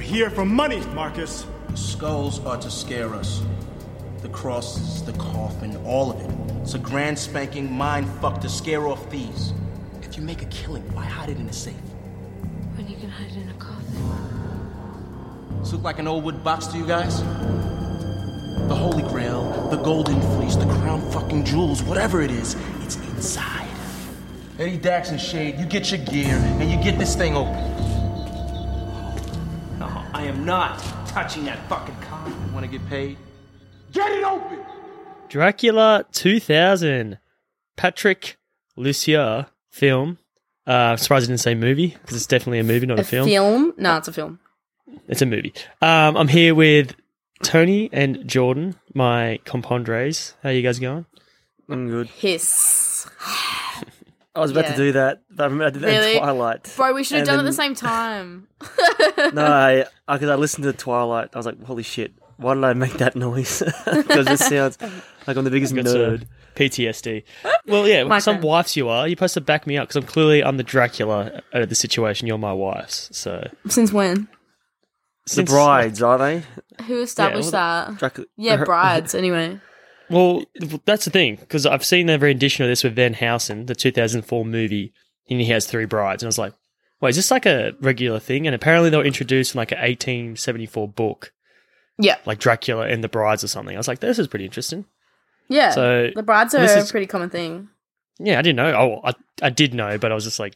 here for money, Marcus. The skulls are to scare us. The crosses, the coffin, all of it. It's a grand spanking mind fuck to scare off thieves. If you make a killing, why hide it in a safe? When you can hide it in a coffin. Does it look like an old wood box to you guys? The Holy Grail, the Golden Fleece, the crown fucking jewels, whatever it is, it's inside. Eddie Dax and Shade, you get your gear and you get this thing open. Oh, No, I am not touching that fucking car. You wanna get paid? Dracula 2000, Patrick Lucier film. Uh, I'm surprised I didn't say movie because it's definitely a movie, not a, film. No, it's a film. It's a movie. Um, I'm here with Tony and Jordan, my compondres. How you guys going? I'm good. Hiss. I was about Yeah. to do that, but I remember I did that in Really? Twilight. Bro, we should have And done it at then- the same time. No, I because I listened to Twilight. I was like, holy shit, why did I make that noise? Because it sounds like I'm the biggest Got nerd. some PTSD. Well, yeah, My some turn. wives you are. You're supposed to back me up because I'm clearly I'm the Dracula out of the situation. You're my wife's. So Since when? The Since- brides, are they? Who established that? Dracu- yeah, brides, anyway. Well, that's the thing because I've seen every rendition of this with Van Housen, the 2004 movie, and he has three brides, and I was like, wait, is this like a regular thing? And apparently they were introduced in like an 1874 book, Yeah. like Dracula and the Brides or something. I was like, this is pretty interesting. Yeah. So, the brides are this a is- pretty common thing. Yeah, I didn't know. Oh, I I did know, but I was just like,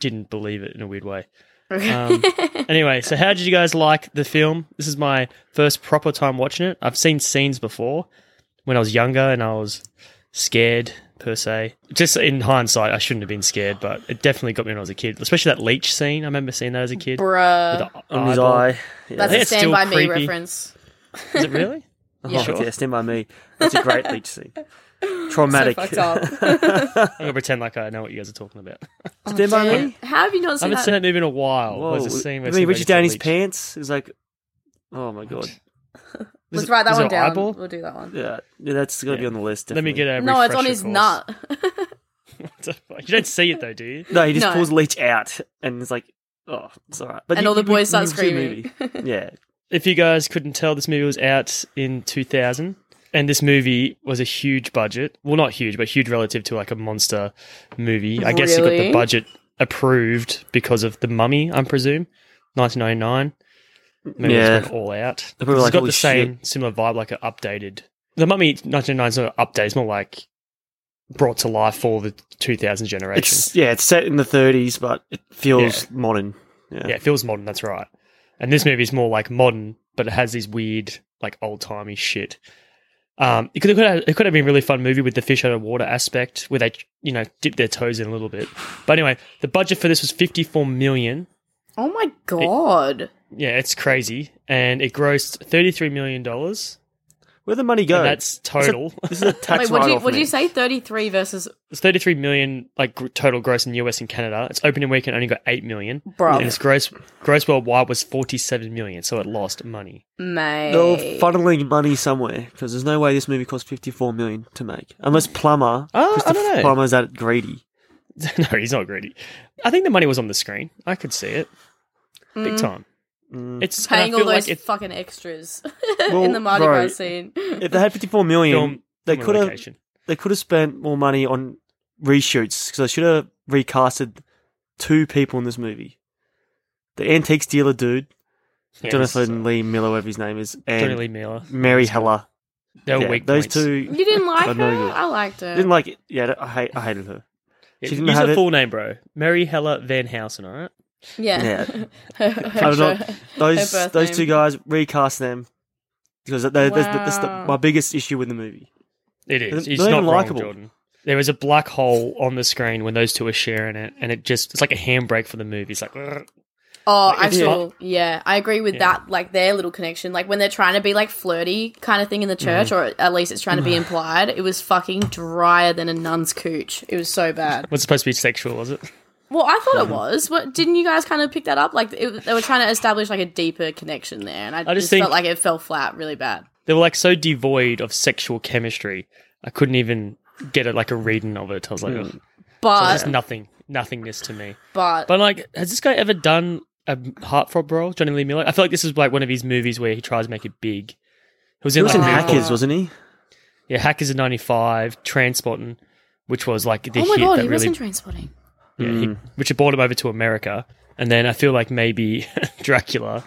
didn't believe it in a weird way. Um, anyway, so how did you guys like the film? This is my first proper time watching it. I've seen scenes before when I was younger and I was scared per se. Just in hindsight, I shouldn't have been scared, but it definitely got me when I was a kid. Especially that leech scene. I remember seeing that as a kid. Bruh. with the On his eyeball. eye. Yeah. That's think a it's still Stand By Me creepy. reference. Is it really? Yeah. Oh, yeah, stand by me. That's a great leech scene. Traumatic. So fucked up. I'm gonna pretend like I know what you guys are talking about. stand by me. How have you not I seen haven't that? seen that movie in a while. Whoa. There's a scene where I mean, he somebody reaches down gets his a leech. pants. He's like, oh my god. Is Let's it- write that is it one an down. eyeball? We'll do that one. Yeah, yeah that's gonna be Yeah. on the list. Let me get a it. No, it's on refresher his course. nut. you don't see it though, do you? No, he just No. pulls leech out, and it's like, oh, it's alright. But And you- all the you- boys start you- you see the screaming. movie. yeah, if you guys couldn't tell, this movie was out in 2000, and this movie was a huge budget. Well, not huge, but huge relative to like a monster movie. I guess it got the Really? budget approved because of The Mummy, I presume, 1999. Maybe yeah. Yeah. it went all out. They're probably it's like, got "Holy the same similar vibe, like an updated. The Mummy 1999 is not an update; it's more like brought to life for the 2000 generation. it's yeah, it's set in the 30s, but it feels modern. yeah, it feels modern. That's right. And this movie is more like modern, but it has these weird, like old timey shit. Um, it could, it could have, it could have been a really fun movie with the fish out of water aspect, where they you know dip their toes in a little bit. But anyway, the budget for this was fifty four million. oh my god. Yeah, it's crazy, and it grossed thirty three million dollars. Where the money go? And that's total. This is a Wait, tax what do you write-off, what do you mate. say? Thirty three versus it's thirty three million like gr- total gross in the US and Canada. Its opening weekend only got eight million, bro, and its gross gross worldwide was forty seven million. So it lost money. mate. They're funneling money somewhere because there's no way this movie cost 54 million to make unless Plummer. Uh, I Christopher don't know. Plummer's that greedy. no, he's not greedy. I think the money was on the screen. I could see it. Big time. It's and Mm. Mm. Paying I all feel those like it's fucking extras Well, in the Mardi bro, Gras scene. If they had 54 million, film. they film could have location. they could have spent more money on reshoots because they should have recasted two people in this movie: the antiques dealer dude, Yeah, Jonathan so- Lee Miller, whatever his name is, and Johnny Lee Miller. Mary Heller. They were Yeah, weak those points. two You didn't like I her? know you- I liked her. didn't like it. Yeah, I hate, I hated her. Yeah, she didn't Use have her it. full name, bro. Mary Heller Van Housen. All right. yeah. Yeah. Her- I her- was not, those birth those name. two guys recast them because they, they, that's, that's the, Wow. my biggest issue with the movie. It is. They're It's not not even wrong, likable. Jordan. There was a black hole on the screen when those two were sharing it, and it just—it's like a handbrake for the movie. It's like, "Grr." Oh, Like, I it's saw. Yeah, I agree with Yeah. that. Like their little connection, like when they're trying to be like flirty kind of thing Mm-hmm. in the church, or at least it's trying to be implied. It was fucking drier than a nun's cooch. It was so bad. was supposed to be sexual, was it? Well, I thought Mm-hmm. it was. What didn't you guys kind of pick that up? Like it, they were trying to establish like a deeper connection there, and I, just just, think- felt like it fell flat really bad. They were like so devoid of sexual chemistry. I couldn't even get it like a reading of Hmm. it. I was like, "Ugh." But It's nothing, nothingness to me. but But like, has this guy ever done a heartthrob role, Johnny Lee Miller. I feel like this is like one of his movies where he tries to make it big. He was He in, was like, in a movie Hackers, called- wasn't he? Yeah, Hackers in '95, Transporting, which was like the Oh my hit god, that he was really in Trainspotting. yeah, he, Mm. which had brought him over to America. And then I feel like maybe Dracula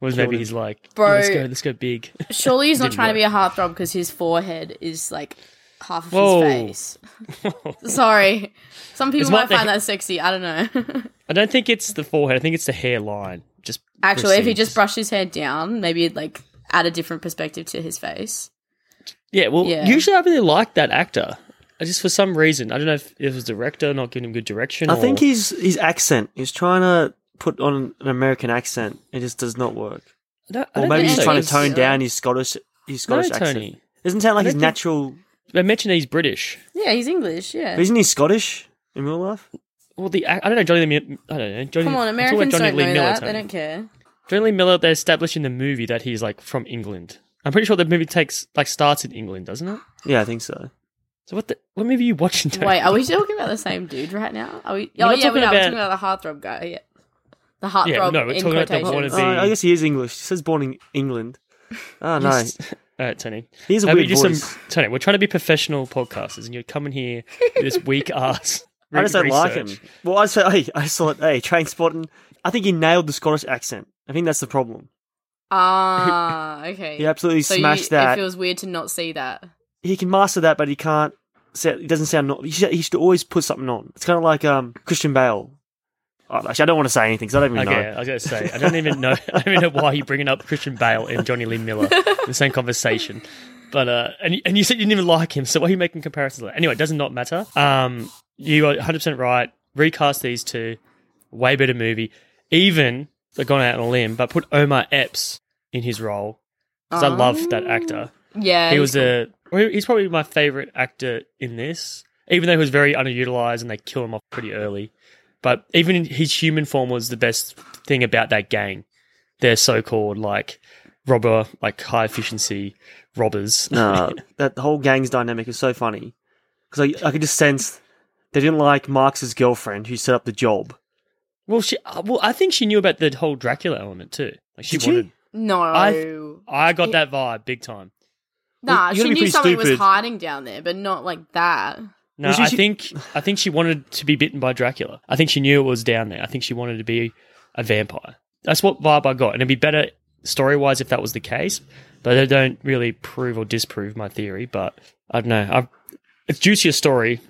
was maybe he's like, Bro. "Yeah, let's go, let's go big. Surely he's not Didn't trying to be a heartthrob because his forehead is like half of Whoa. his face. Sorry. Some people It's might not find the- that sexy. I don't know. I don't think it's the forehead. I think it's the hairline. Just Actually, if he recedes. just brushed his hair down, maybe it'd like add a different perspective to his face. yeah. Well, Yeah. usually I really like that actor. I just for some reason I don't know if it was director not giving him good direction. I or- think his his accent. He's trying to put on an American accent. It just does not work. I don't- I Or don't maybe think he's so. trying to it's- tone down his Scottish his No, Scottish accent. Tony. Doesn't sound like I his don't think- natural. They mentioned he's British. Yeah, he's English. Yeah. Isn't he Scottish in real life? Well, the I don't know Johnny. Lee, Mi- I don't know. Johnny, Come on, I'm talking about Americans Johnny don't Lee know Miller, that. Tony. They don't care. Johnny Lee Miller. They establish in the movie that he's like from England. I'm pretty sure the movie takes like starts in England, doesn't it? Yeah, I think so. So what? The, what movie are you watching? Tony? Wait, are we talking about the same dude right now? Are we? We're oh not talking yeah, we are. We're talking about- about the heartthrob guy. Yeah. The heartthrob. no, we're in talking about the quotations. wannabe- Uh, I guess he is English. He says born in England. Oh no, All right, Tony. he's a How about weird you do voice. Tony, we're trying to be professional podcasters, and you're coming here with this weak ass. I just don't like him. research. Well, I said, hey, I saw it. Hey, train spotting. I think he nailed the Scottish accent. I think that's the problem. Ah, okay. He absolutely so smashed you, that. It feels weird to not see that. he can master that, but he can't. Say, it doesn't sound. Not, he, should, he should always put something on. It's kind of like um, Christian Bale. Oh, actually, I don't want to say anything because I don't even Okay, know. I was going to say, I don't even know. I don't even know why you're bringing up Christian Bale and Johnny Lee Miller in the same conversation. But uh, and you- and you said you didn't even like him, so why are you making comparisons? Like? Anyway, it does not matter. Um, you are 100 percent right. Recast these two, way better movie. Even they've gone out on a limb, but put Omar Epps in his role because I love that actor. Yeah. he was a well, he's probably my favorite actor in this even though he was very underutilized and they kill him off pretty early but even in his human form was the best thing about that gang they're so-called like robber like high efficiency robbers No, that whole gang's dynamic is so funny because I, I could just sense they didn't like Marx's girlfriend who set up the job. well she uh, well i think she knew about the whole dracula element too like she Did wanted no. I- i got that vibe big time nah, you gotta she be knew pretty something was stupid. hiding down there, but not like that. no Well, she- i she- think i think she wanted to be bitten by dracula i think she knew it was down there i think she wanted to be a vampire. That's what vibe I got, and it'd be better story wise if that was the case. But they don't really prove or disprove my theory. But I don't know. i it's juicier story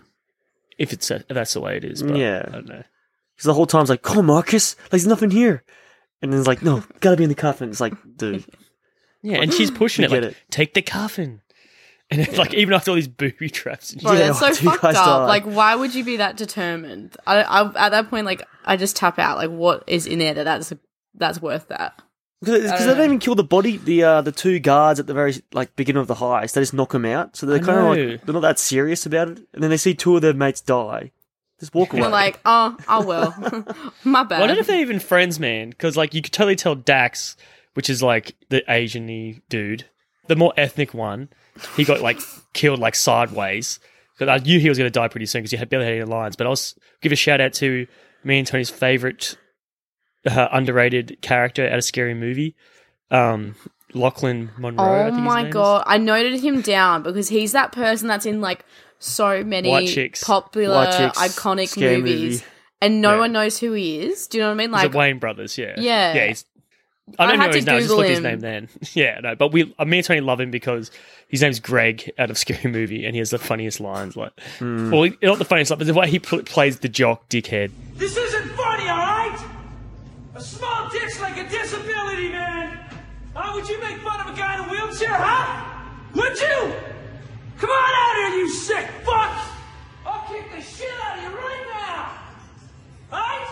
if it's a, if that's the way it is. But Yeah. I don't know. Because the whole time it's like, "Call Marcus, like there's nothing here," and then it's like, "No, gotta be in the coffin." It's like, dude, Yeah, and she's pushing We it like get it. take the coffin, and it's like even after all these booby traps, and Bro, shit, Yeah, that's so what do you fucked up. guys die? Like, why would you be that determined? I, I, at that point, like, I just tap out. Like, what is in there that that's that's worth that? because they don't even kill the body, the uh, the two guards at the very like beginning of the heist. They just knock them out, so they're I kind of know. like they're not that serious about it. And then they see two of their mates die, just walk away. We're like, oh, oh well, my bad. Well, I don't know if they're even friends, man, because like you could totally tell Dax, which is like the Asian-y dude, the more ethnic one, he got like killed like sideways. Because I knew he was going to die pretty soon because he had barely had any lines. But I'll s- give a shout out to me and Tony's favorite uh, underrated character at a scary movie, um, Lachlan Monroe. I oh think his my name is. god, I noted him down because he's that person that's in like so White many chicks. popular, White chicks, iconic scary movies, movie. and no Yeah. one knows who he is. Do you know what I mean? Is Like, it Wayne Brothers? Yeah. Yeah. Yeah. He's, I I don't had know to his name. I just Google looked his him. name then. Yeah, no, but we, uh, me and Tony love him because his name's Greg out of Scary Movie, and he has the funniest lines. Like, well, he- not the funniest, lines, but the way he pl- plays the jock dickhead. This isn't funny, all right? A small dick's like a disability, man. How would you make fun of a guy in a wheelchair, huh? Would you? Come on out here, you sick fuck! I'll kick the shit out of you right now! Alright?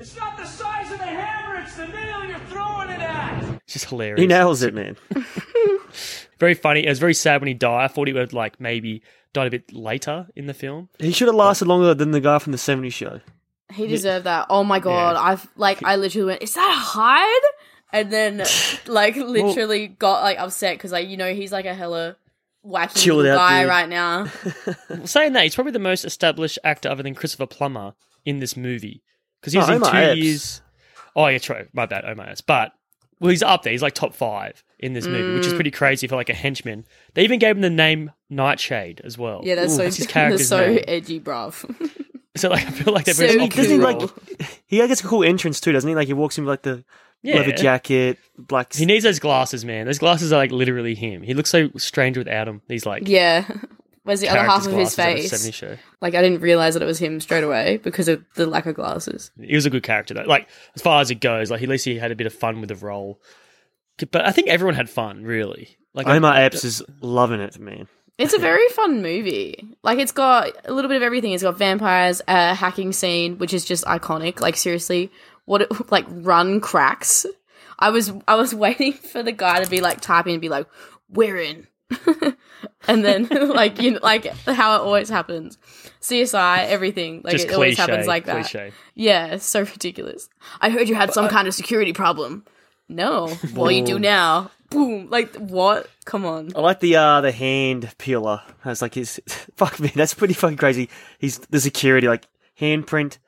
It's not the size of the hammer, it's the nail you're throwing it at! It's just hilarious. he nails it, man. very funny. It was very sad when he died. I thought he would like maybe died a bit later in the film. He should have lasted longer than the guy from the '70s show. he deserved that. Oh my god, I've like, I literally went, is that Hyde? And then, like, literally got like upset because like you know he's like a hella wacky Chilled little out guy dude. right now. Saying that, he's probably the most established actor other than Christopher Plummer in this movie because he was Oh, in Omar two Epps. years. Oh, yeah, true. My bad. Oh, my ass. But well, he's up there. He's like top five in this movie, which is pretty crazy for like a henchman. They even gave him the name Nightshade as well. Yeah, that's so that's his they're character's so name. edgy, bruv. So like, I feel like they're So very he off the Doesn't he wall. Cool. like? He like, gets a cool entrance too, doesn't he? Like he walks in with like the Yeah. leather jacket, black. He needs those glasses, man. Those glasses are like literally him. He looks so strange without them. He's like yeah. Where's the other half character's of his glasses at a face? 70s show. Like I didn't realize that it was him straight away because of the lack of glasses. He was a good character though. Like as far as it goes, like at least he had a bit of fun with the role. But I think everyone had fun, really. Like Omar Epps is loving it, man. It's a very fun movie. Like it's got a little bit of everything. It's got vampires, a hacking scene, which is just iconic. Like seriously, what it, like run cracks. I was I was waiting for the guy to be like typing and be like, "We're in," and then like you know, like how it always happens. CSI, everything like just it cliche, always happens like that. cliche. uh, Yeah, it's so ridiculous. I heard you had some kind of security problem. No, what you do now? Boom! Like what? Come on. Oh, I like the uh the hand peeler. That's like his fuck man, that's pretty fucking crazy. He's the security, like handprint.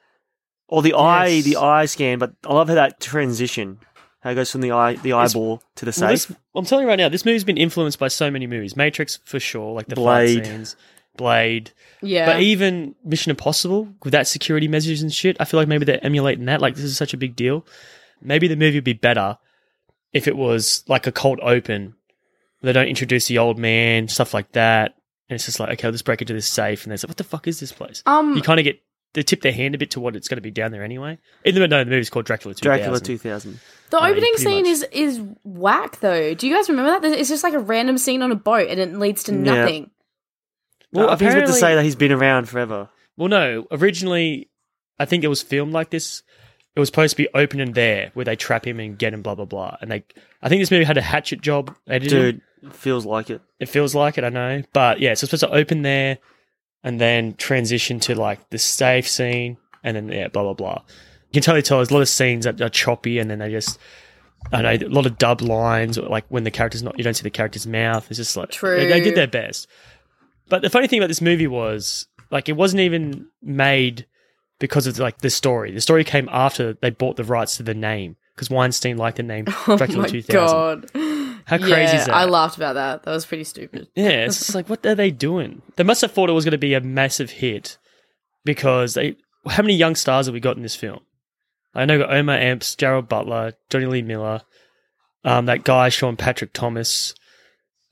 Or the eye Yes. the eye scan, but I love how that transition. How it goes from the eye the eyeball to the Well, safe. this- I'm telling you right now, this movie's been influenced by so many movies. Matrix for sure, like the Blade. fight scenes, Blade, Yeah. but even Mission Impossible with that security measures and shit. I feel like maybe they're emulating that. Like this is such a big deal. Maybe the movie would be better if it was like a cold open. They don't introduce the old man, stuff like that, and it's just like okay, let's break into this safe, and they're like, what the fuck is this place? Um, you kind of get they tip their hand a bit to what it's going to be down there anyway. Even though no, the movie's called Dracula. 2000. Dracula two thousand. The Like, opening pretty scene much. is is whack though. Do you guys remember that? It's just like a random scene on a boat and it leads to nothing. Well, I think he's meant to apparently- say that he's been around forever. Well, no. Originally, I think it was filmed like this. It was supposed to be open and there, where they trap him and get him, blah blah blah. And they, I think this movie had a hatchet job editing. Dude, feels like it. It feels like it, I know, but yeah, so it's supposed to open there, and then transition to like the safe scene, and then yeah, blah blah blah. You can totally tell there's a lot of scenes that are choppy, and then they just. I know a lot of dub lines, or like when the character's not, you don't see the character's mouth. It's just like True. They, they did their best. But the funny thing about this movie was, like, it wasn't even made because of like the story. The story came after they bought the rights to the name because Weinstein liked the name oh Dracula my Two Thousand. god! How crazy yeah, is that? I laughed about that. That was pretty stupid. Yeah, it's just like what are they doing? They must have thought it was going to be a massive hit because they. How many young stars have we got in this film? I know we got Omar Amps, Gerald Butler, Johnny Lee Miller, um, that guy Sean Patrick Thomas.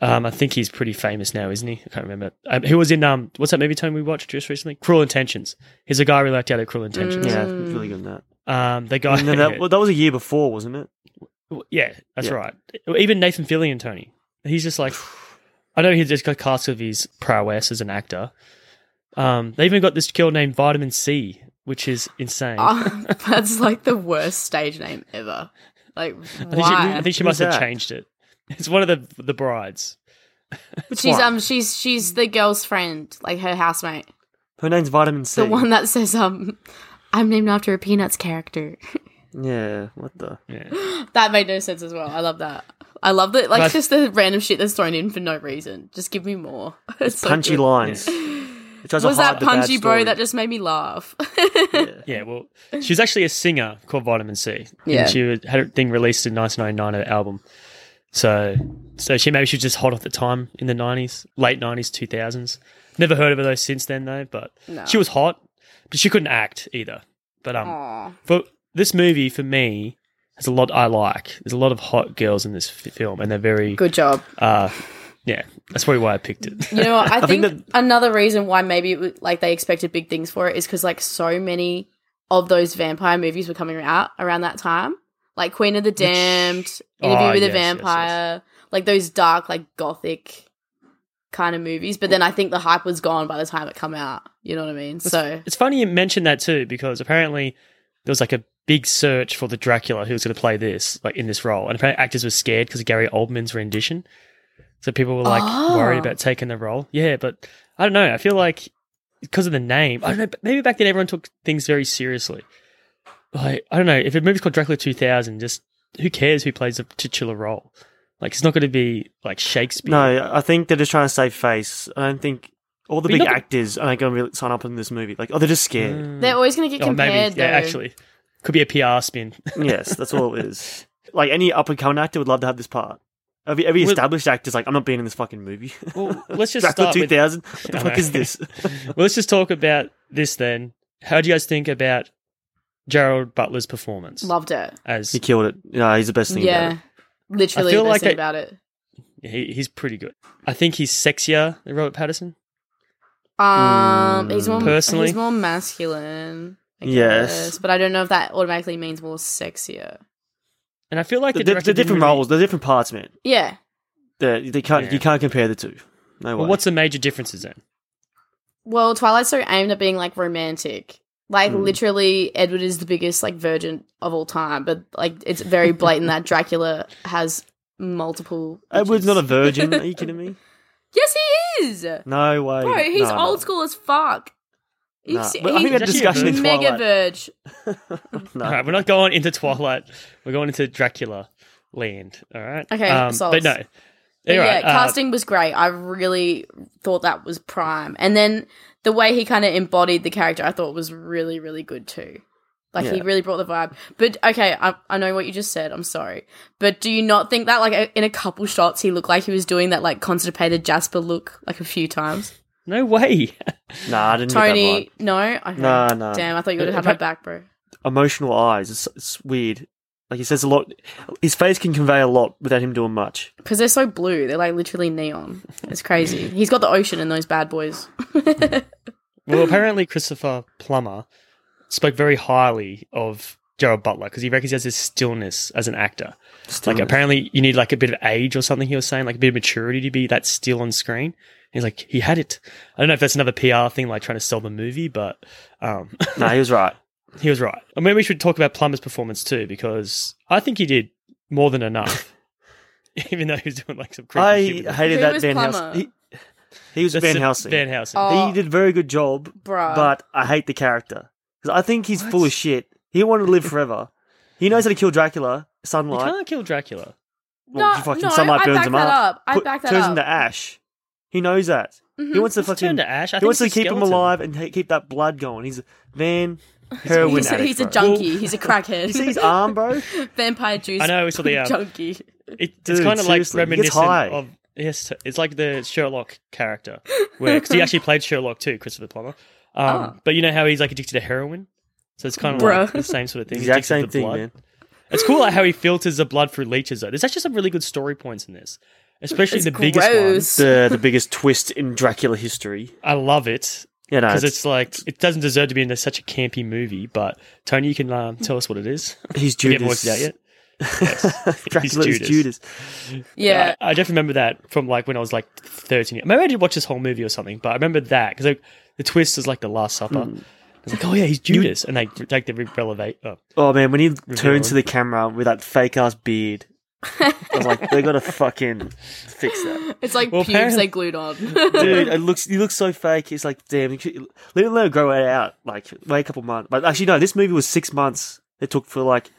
Um, I think he's pretty famous now, isn't he? I can't remember. Um, he was in um, what's that movie time we watched just recently? Cruel Intentions. He's a guy we liked out of Cruel Intentions. Yeah, it's really good in that. Um, the guy. And then Mm. that, well, that was a year before, wasn't it? Well, Yeah, that's Yeah. right. Even Nathan Fillion, Tony, he's just like, I know he just got cast with his prowess as an actor. Um, they even got this girl named Vitamin C, which is insane. Ah, Uh, that's like the worst stage name ever. Like why? I think she, I think she Who's must have that? changed it. It's one of the the brides. she's one? um she's she's the girl's friend, like her housemate, Her name's Vitamin C. the one that says um. I'm named after a Peanuts character. Yeah, what the? that made no sense as well. I love that. I love that. Like, But- just the random shit that's thrown in for no reason. Just give me more. It's so Punchy good. lines. It tries to was that hide the bad punchy bro story. that just made me laugh? Yeah, well, she was actually a singer called Vitamin C. Yeah. and she had her thing released in 1999 her album. So, so she maybe she was just hot at the time in the 90s, late 90s, 2000s. Never heard of her though since then though, but she was hot, but she couldn't act either. But um, for this movie for me has a lot I like. There's a lot of hot girls in this f- film, and they're very Good job. Uh, yeah, that's probably why I picked it. You know, what, I think, that- another reason why maybe it was, like they expected big things for it is because like so many of those vampire movies were coming out around that time, like Queen of the Damned, Interview Ah, with a yes, yes, yes. Vampire, like those dark, like gothic kind of movies. But then I think the hype was gone by the time it come out. You know what I mean? So It's funny you mentioned that too, because apparently there was like a big search for the Dracula who was going to play this, like in this role, and apparently actors were scared because of Gary Oldman's rendition. So people were like worried Oh. about taking the role. Yeah, but I don't know. I feel like because of the name, I don't know. But maybe back then everyone took things very seriously. Like I don't know if a movie's called Dracula 2000, just who cares who plays the titular role? Like it's not going to be like Shakespeare. No, I think they're just trying to save face. I don't think all the But big not- actors aren't going to really sign up in this movie. Like, oh, they're just scared. they're always going to get Oh, compared. maybe. though. Yeah, actually. Could be a PR spin. yes, that's all it is. Like any up and coming actor would love to have this part. Every, every Well- established actor's like, I'm not being in this fucking movie. Well, let's just Back to start with 2000. What the I fuck know. is this? Well, let's just talk about this then. How do you guys think about Gerald Butler's performance? Loved it. As he killed it. Yeah, he's the best thing. Yeah. About Literally, I feel the like best I- thing about it. he, he's pretty good. I think he's sexier than Robert Patterson. Um, he's more Personally? he's more masculine. I Mm, Yes. guess, but I don't know if that automatically means more sexier. And I feel like it. it They're, they're different roles. They're different parts, man. Yeah, They're, they can't. Yeah. You can't compare the two. No way. Well, what's the major differences then? Well, Twilight's so aimed at being like romantic. Like Mm. literally, Edward is the biggest like virgin of all time, but like it's very blatant that Dracula has multiple. Edward's bitches. not a virgin. Are you kidding me? Yes, he is. No way. Bro, he's No, no. old school as fuck. He's, Nah. But I think we had a he's discussion in mega Twilight. verge. no. Uh, All right, we're not going into Twilight. We're going into Dracula land. All right. Okay, Um, solves. but no. But Anyway, yeah, uh, casting was great. I really thought that was prime, and then the way he kind of embodied the character, I thought was really, really good too. Like he Yeah. really brought the vibe. But okay, I, I know what you just said. I'm sorry, but do you not think that like a- in a couple shots he looked like he was doing that like constipated Jasper look like a few times? no way. Nah, I didn't get that Tony, right. no, okay. Nah, nah. Damn, I thought you would have had my back, bro. Emotional eyes. It's, it's weird. Like he says a lot. His face can convey a lot without him doing much. Because they're so blue, they're like literally neon. It's crazy. He's got the ocean in those bad boys. Well, apparently Christopher Plummer spoke very highly of Gerald Butler because he reckons he has this stillness as an actor. Still, Like apparently you need like a bit of age or something. He was saying like a bit of maturity to be that still on screen. He's like he had it. I don't know if that's another PR thing, like trying to sell the movie, but um, nah, he was right. he was right. I mean, we should talk about Plummer's performance too because I think he did more than enough. Even though he was doing like some creepy I shit. with it. hated Who that was Van Plummer? Helsing. He, he was That's Van it, Helsing. Van Helsing. Oh. He did a very good job, Bruh. but I hate the character 'Cause I think he's full of shit. He wanted to live forever. He knows how to kill Dracula. You Sunlight. can't kill Dracula. Well, No, no, I back that up. I back that turns up. Mm-hmm. into ash. He knows that. He wants to He's fucking turned to ash. I he think wants to he's a keep him skeleton. alive and he- keep that blood going. He's a man heroin He's a, addict. he's a bro. junkie. he's a crackhead. You see his arm, bro. vampire juice. I know, we saw the, um, junkie. It, it's Dude, kind of like seriously, he gets reminiscent high. of yes, it's like the Sherlock character where because he actually played Sherlock too, Christopher Plummer. Oh. Um, But you know how he's like addicted to heroin, so it's kind of like Bruh. the same sort of thing. He's Exact addicted to same thing, blood. man. It's cool like, how he filters the blood through leeches though. There's actually some really good story points in this, especially It's the gross. biggest one. The the biggest twist in Dracula history. I love it You know, because it's, like it doesn't deserve to be in this- such a campy movie. But Tony, you can um, tell us what it is. he's You haven't Judas. worked it out yet. Dracula He's is Judas. Judas. yeah. I, I just remember that from like when I was like 13. Maybe I did watch this whole movie or something, but I remember that because like, the twist is like the Last Supper. Hmm. It's like, oh yeah, he's Judas, and they take the relevate. Oh. Oh man, when he turns to him. the camera with that fake ass beard, I was like, they gotta fucking fix that, It's like Well, pubes apparently- they glued on. dude. It looks, he looks so fake. It's like, damn, you should- let him let it grow it out. Like, wait a couple months. But actually, no, this movie was six months. It took for like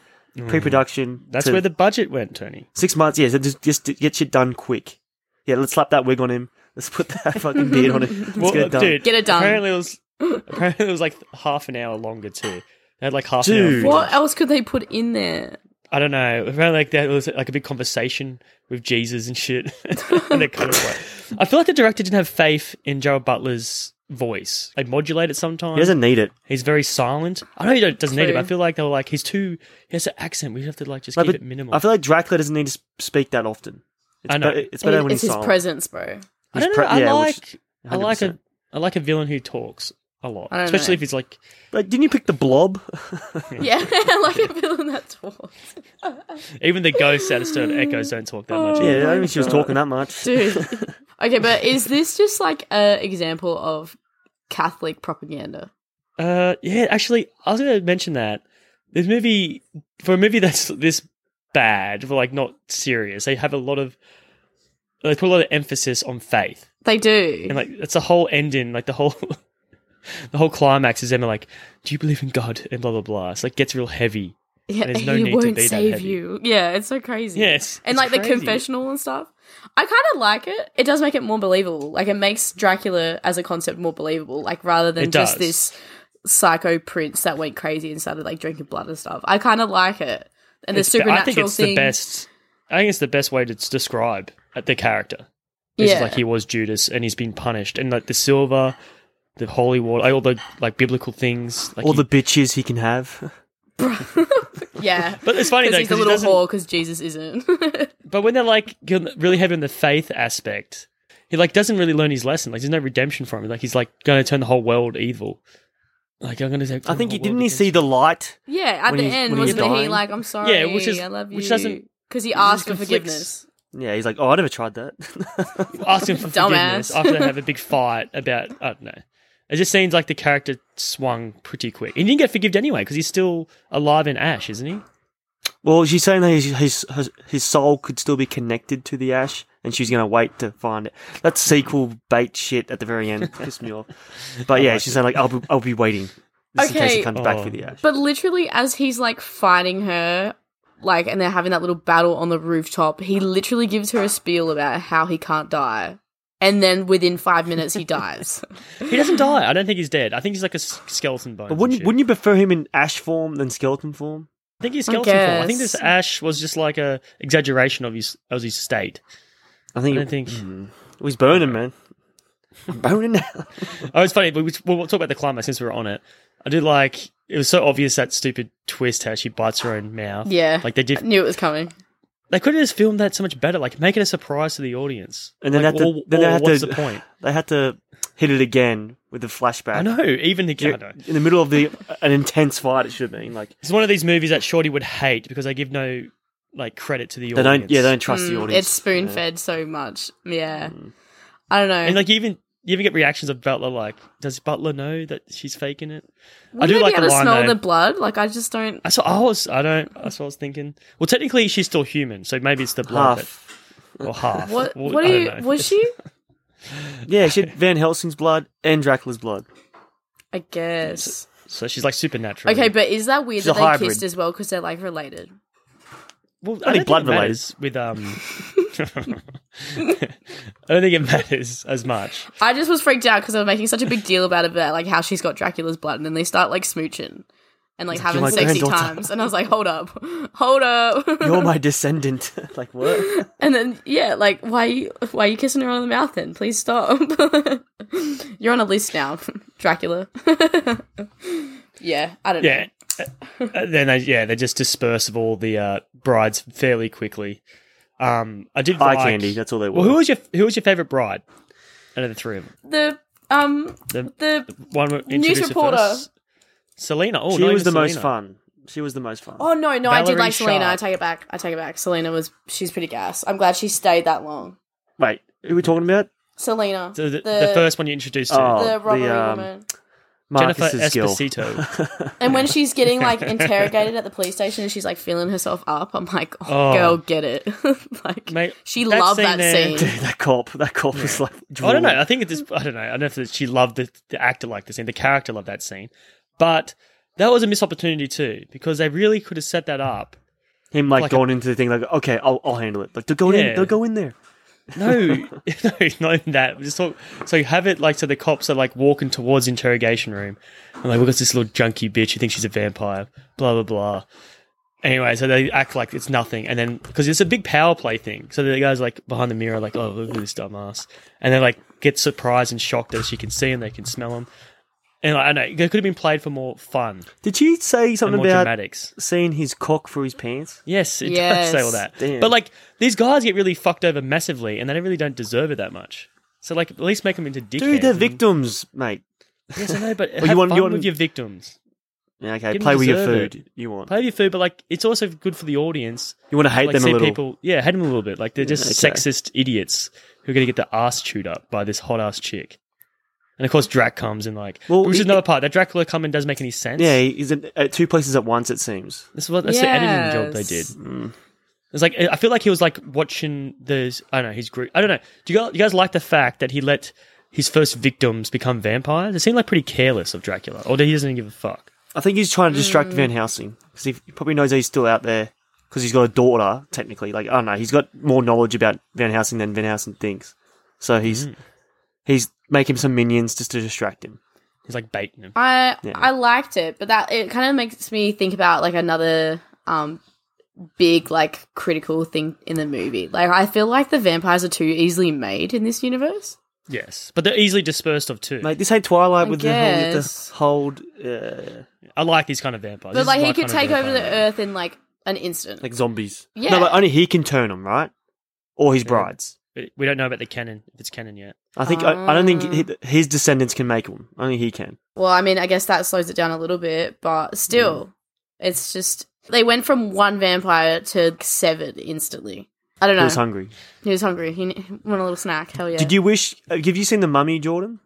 pre-production. Mm. That's to- where the budget went, Tony. six months. Yeah, so just just get shit done quick. Yeah, let's slap that wig on him. Let's put that fucking beard on him. Let's get it done. Dude, Get it done. Apparently it was apparently it was like half an hour longer too. They had like half Dude. an hour. what else could they put in there? I don't know. Apparently, like there was like a big conversation with Jesus and shit. and they cut it away. I feel like the director didn't have faith in Gerald Butler's voice. They modulate it sometimes. He doesn't need it. He's very silent. I know he don't, doesn't need it, True. but I feel like they were like, he's too. He has an accent. We have to like just Like, keep but it minimal. I feel like Dracula doesn't need to sp- speak that often. It's I know. be- it's better when it's he's his silent. presence, bro. I don't He's know. pre- I yeah, which- like. I like a. 100%. I like a villain who talks a lot, I don't especially know. if he's like. Like, didn't you pick the blob? Yeah, like a villain that talks. Even the ghosts out of Stern Echoes don't talk that much. yeah, I either. don't think she was talking that much. Dude. Okay, but is this just like a example of Catholic propaganda? Oh. Uh, yeah. Actually, I was going to mention that this movie for a movie that's this bad, for like not serious, they have a lot of. They put a lot of emphasis on faith. They do. and like it's a whole ending, like the whole the whole climax is them like, do you believe in God and blah blah blah. It's like gets real heavy. yeah, there's no he need to won't be that save heavy. you. Yeah, it's so crazy. Yes, and like the confessional and stuff. I kind of like it. It does make it more believable. Like it makes Dracula as a concept more believable. Like rather than It just does. this psycho prince that went crazy and started like drinking blood and stuff. I kind of like it, and the It's be- supernatural I think it's thing. the best. I think it's the best way to s- describe at the character. It's Yeah. like he was Judas, and he's been punished, and like the silver, the holy water, all the like biblical things. Like All he- the bitches he can have. Yeah, but it's funny though, because he's a 'cause he little doesn't- whore because Jesus isn't. But when they're like really having the faith aspect, he like doesn't really learn his lesson. Like there's no redemption from it. Like he's like going to turn the whole world evil. Like I'm going to. I think he didn't he see the light. yeah, at When the he's- end, when he's wasn't he dying. like, "I'm sorry, Yeah, which is- I love you," which doesn't- because he asked for conflicts- forgiveness. Yeah, he's like, oh, I never tried that. ask him for forgiveness Dumbass. after they have a big fight about I don't know. It just seems like the character swung pretty quick. He didn't get forgiven anyway because he's still alive in ash, isn't he? well, she's saying that his his his- his soul could still be connected to the ash, and she's gonna wait to find it. That's sequel bait shit at the very end. Pissed me off. But yeah, she's saying like, I'll be, I'll be waiting just in case Okay. he comes back Oh. for the ash. But literally, as he's like fighting her, like, and they're having that little battle on the rooftop, he literally gives her a spiel about how he can't die. And then within five minutes, he dies. He doesn't die. I don't think he's dead. I think he's like a s- skeleton bone. But wouldn't wouldn't you prefer him in ash form than skeleton form? I think he's skeleton form. I think guess. this ash was just like a exaggeration of his of his state. I think. I don't think. Mm-hmm. Well, he's burning, man. I'm burning now. Oh, it's funny. We, we- we'll talk about the climax since we're on it. I did like it was so obvious that stupid twist how she bites her own mouth. Yeah. like they did. Knew it was coming. They could have just filmed that so much better. Like make it a surprise to the audience. And then like, they had to- or- then they or had to- what's the point? They had to hit it again with the flashback. I know. Even the Dur- I know. In the middle of the an intense fight, it should have been like It's one of these movies that Shorty would hate because they give no like credit to the they audience. don't. Yeah, they don't trust the Mm, audience. it's spoon fed so much. Yeah. I don't know. And like you even you even get reactions of Butler. Like, does Butler know that she's faking it? Wouldn't I do they like be the able to line smell though. the blood? Like, I just don't. That's what I was. I don't. That's what I was thinking. Well, technically, she's still human, so maybe it's the blood Half. that- or half. What? Well, What I are don't you? know. Was she? Yeah, she had Van Helsing's blood and Dracula's blood. I guess. So she's like supernatural. Okay, but is that weird She's a that they hybrid. kissed as well because they're like related? well, I think blood it matters with um. I don't think it matters as much. I just was freaked out because they were making such a big deal about it, about like how she's got Dracula's blood, and then they start like smooching and like having my sexy granddaughter. times, and I was like, hold up, hold up, You're my descendant. like what? and then yeah, like why are you why are you kissing her on the mouth? Then please stop. You're on a list now, Dracula. yeah, I don't Yeah. know. Uh, then they yeah they just disperse of all the uh, brides fairly quickly. Um, I did Eye like, candy. That's all they were. Well, who was your who was your favorite bride out of the three of them? The um The the one we introduced at reporter. first? Selena. Oh, she not was the even most Selena. fun. She was the most fun. oh no no I did Valerie like Selena. I Sharp. take it back. I take it back. Selena was she's pretty gas. I'm glad she stayed that long. Wait, who are we talking about? Selena, So the, the, the first one you introduced to Oh, the the, robbery um, woman. Jennifer Marcus's girl. Esposito. And when she's getting like interrogated at the police station and she's like feeling herself up, I'm like, oh, Oh. girl, get it. like Mate, she that loved scene that there- scene. Dude, that cop. That cop was like. I don't know. drooling. I think it just. I don't know. I don't know if she loved the, the actor like the scene. The character loved that scene, but that was a missed opportunity too because they really could have set that up. Him like, like a- going into the thing like, okay, I'll, I'll handle it. Like they'll go Yeah. in. They'll go in there. No, no, not even that. Just talk. So you have it like so the cops are like walking towards the interrogation room, and like we've got this little junky bitch who thinks she's a vampire. Blah blah blah. Anyway, so they act like it's nothing, and then because it's a big power play thing, so the guys like behind the mirror, like oh look at this dumbass, and they like get surprised and shocked that she can see and they can smell him. And like, I don't know it could have been played for more fun Did she say and something more about dramatics. seeing his cock through his pants? Yes, it Yes. does say all that. Damn. But like these guys get really fucked over massively, and they really don't deserve it that much. So like at least make them into dickheads. Mm. Dude, they're and- victims, mate. Yes, I know, but you have want- fun you want- with your victims. Yeah, okay, Give 'em play with your deserve food. You want Play with your food, but like it's also good for the audience. you want to hate like them a see little. people, yeah, hate them a little bit. Like they're just Okay. sexist idiots who are going to get their ass chewed up by this hot ass chick. And of course, Drac comes in like, Well, which is he- another part. That Dracula coming doesn't make any sense. Yeah, he's in, at two places at once. It seems. This is what that's the editing job they did. Yes. It's like I feel like he was like watching the I don't know his group. I don't know. Do you guys, you guys like the fact that he let his first victims become vampires? It seemed like pretty careless of Dracula, or that he doesn't give a fuck. I think he's trying to distract Mm. Van Helsing because he, he probably knows he's still out there because he's got a daughter. Technically, like I don't know, he's got more knowledge about Van Helsing Mm. than Van Helsing thinks. So he's he's making some minions just to distract him. He's like baiting him. I Yeah. I liked it, but that it kind of makes me think about like another um big like critical thing in the movie. Like I feel like the vampires are too easily made in this universe. Yes, but they're easily dispersed of too. Mate, this ain't Twilight I with the whole, with guess. the hold, uh, I like these kind of vampires. This But is like my he could kind of take over the vampire. earth in like an instant. like zombies. Yeah. No, but only he can turn them, right? Or his brides. But We don't know about the canon if it's canon yet. I think I, I don't think Ah. he, his descendants can make them. Only he can. well, I mean, I guess that slows it down a little bit, but Mm. still, it's just they went from one vampire to seven instantly. I don't know. He was hungry. He was hungry. He n- want a little snack. Hell yeah. Did you wish? uh, Have you seen the Mummy, Jordan?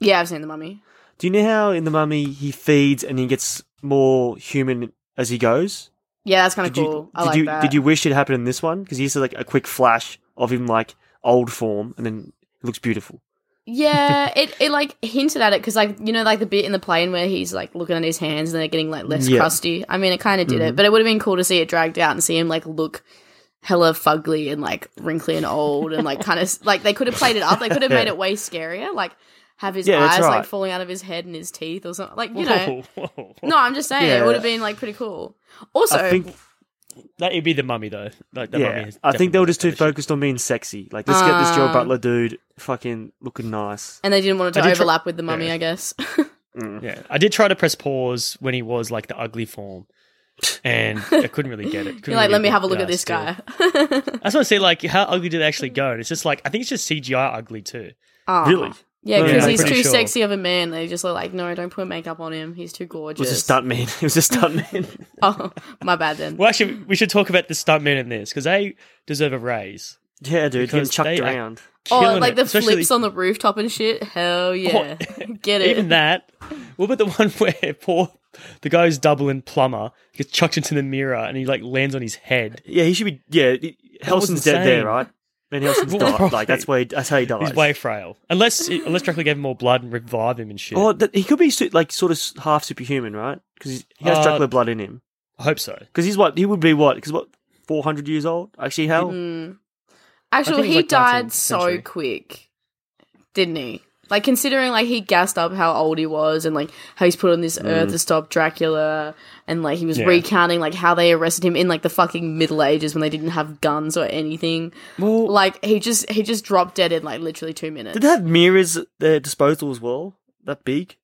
Yeah, I've seen the mummy. Do you know how in the Mummy he feeds and he gets more human as he goes? Yeah, that's kind of Did you cool. I did like you that. did you wish it happened in this one? Because he used to like a quick flash of him like old form, and then it looks beautiful. Yeah, it, it like hinted at it because like you know like the bit in the plane where he's like looking at his hands and they're getting like less Yeah. Mm-hmm. crusty. I mean, it kind of did it, but it would have been cool to see it dragged out and see him like look hella fugly and like wrinkly and old and like kind of like they could have played it up. They could have made it way scarier. Like have his Yeah, that's eyes right. like falling out of his head and his teeth or something. Like you know, Whoa, whoa. no, I'm just saying Yeah. it would have been like pretty cool. Also, I think That would be the mummy though. Like the mummy yeah, is I think they definitely were just too better shit. focused on being sexy. Like let's get this Joe Ah. Butler dude fucking looking nice. and they didn't want it I to did try- overlap with the mummy, Yeah. I guess. Yeah, I did try to press pause when he was like the ugly form, and I couldn't really get it. Couldn't You're like, really let me get have the a look at eye this still. guy. I just want to see like how ugly do they actually go? And it's just like I think it's just CGI ugly too. Aw. Really? Ah. Yeah, No, because yeah, I'm he's pretty too sure. sexy of a man. They just look like, no, don't put makeup on him. He's too It was gorgeous. a stunt man. It was a stunt man. Oh, my bad then. Well, actually, we should talk about the stuntmen in this because they deserve a raise. yeah, dude, getting Because chucked they are- around. Oh, Killing like it, the especially- Oh, flips on the rooftop and shit. Hell yeah, get it. Even that. What about the one where poor the guy who's doubling plumber gets chucked into the mirror and he like lands on his head. Yeah, he should be. Yeah, he- Helson's dead insane. there, right? And Helson's Well, died. Like that's where he, that's how he dies. He's way frail. Unless unless Dracula gave him more blood and revived him and shit. Or that, he could be su- like sort of s- half superhuman, right? Because he has Uh, Dracula blood in him. I hope so. Because he's what he would be what? Because what? Four hundred years old? Actually, how? Mm-hmm. I think Actually, it was, he like, 19th died so century. quick, didn't he? Like considering like he gassed up how old he was and like how he's put on this earth to stop Dracula and like he was Mm. Yeah. recounting like how they arrested him in like the fucking Middle Ages when they didn't have guns or anything. Well- like he just he just dropped dead in like literally two minutes. Did they have mirrors at their disposal as well? That big?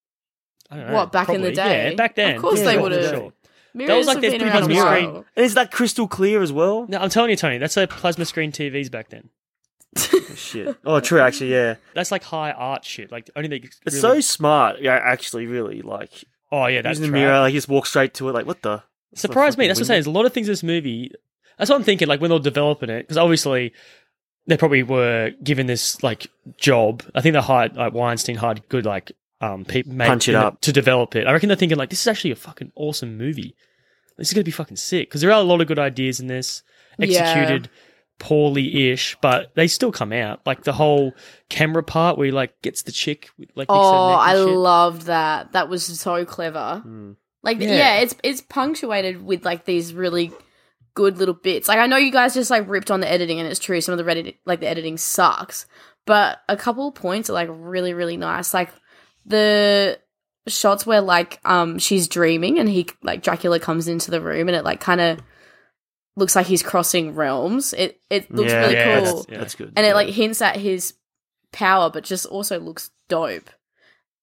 I don't know. What, back in the Probably. day? Yeah, back then. Of course Yeah, they sure, would've. sure. Mirrors was, like, have their been pretty around much a screen. while. And is that crystal clear as well? No, I'm telling you, Tony, that's like plasma screen TVs back then. Shit. Oh, true. Actually, yeah. That's like high art shit. Like only they. It's so really- smart. Yeah, actually, really. Like Oh yeah, that's using the right. mirror, like you just walk straight to it. Like what the? Surprised me. fucking That's what I'm saying. There's a lot of things in this movie. That's what I'm thinking. Like when they're developing it, because obviously they probably were given this like job. I think they hired like Weinstein hired good like um people Punch it up. to develop it. I reckon they're thinking like this is actually a fucking awesome movie. This is gonna be fucking sick because there are a lot of good ideas in this Yeah. executed poorly ish, but they still come out. Like the whole camera part where he like gets the chick. With, like nicks her Oh, neck and I shit. Hmm. loved that. That was so clever. Like, Yeah. yeah. it's it's punctuated with like these really good little bits. Like, I know you guys just like ripped on the editing, and it's true. Some of the Reddit like the editing sucks, but a couple points are like really really nice. Like the shots where like um she's dreaming and he like Dracula comes into the room and it like kind of looks like he's crossing realms. It it looks yeah, really Yeah, cool That's, that's good. and it Yeah. like hints at his power, but just also looks dope.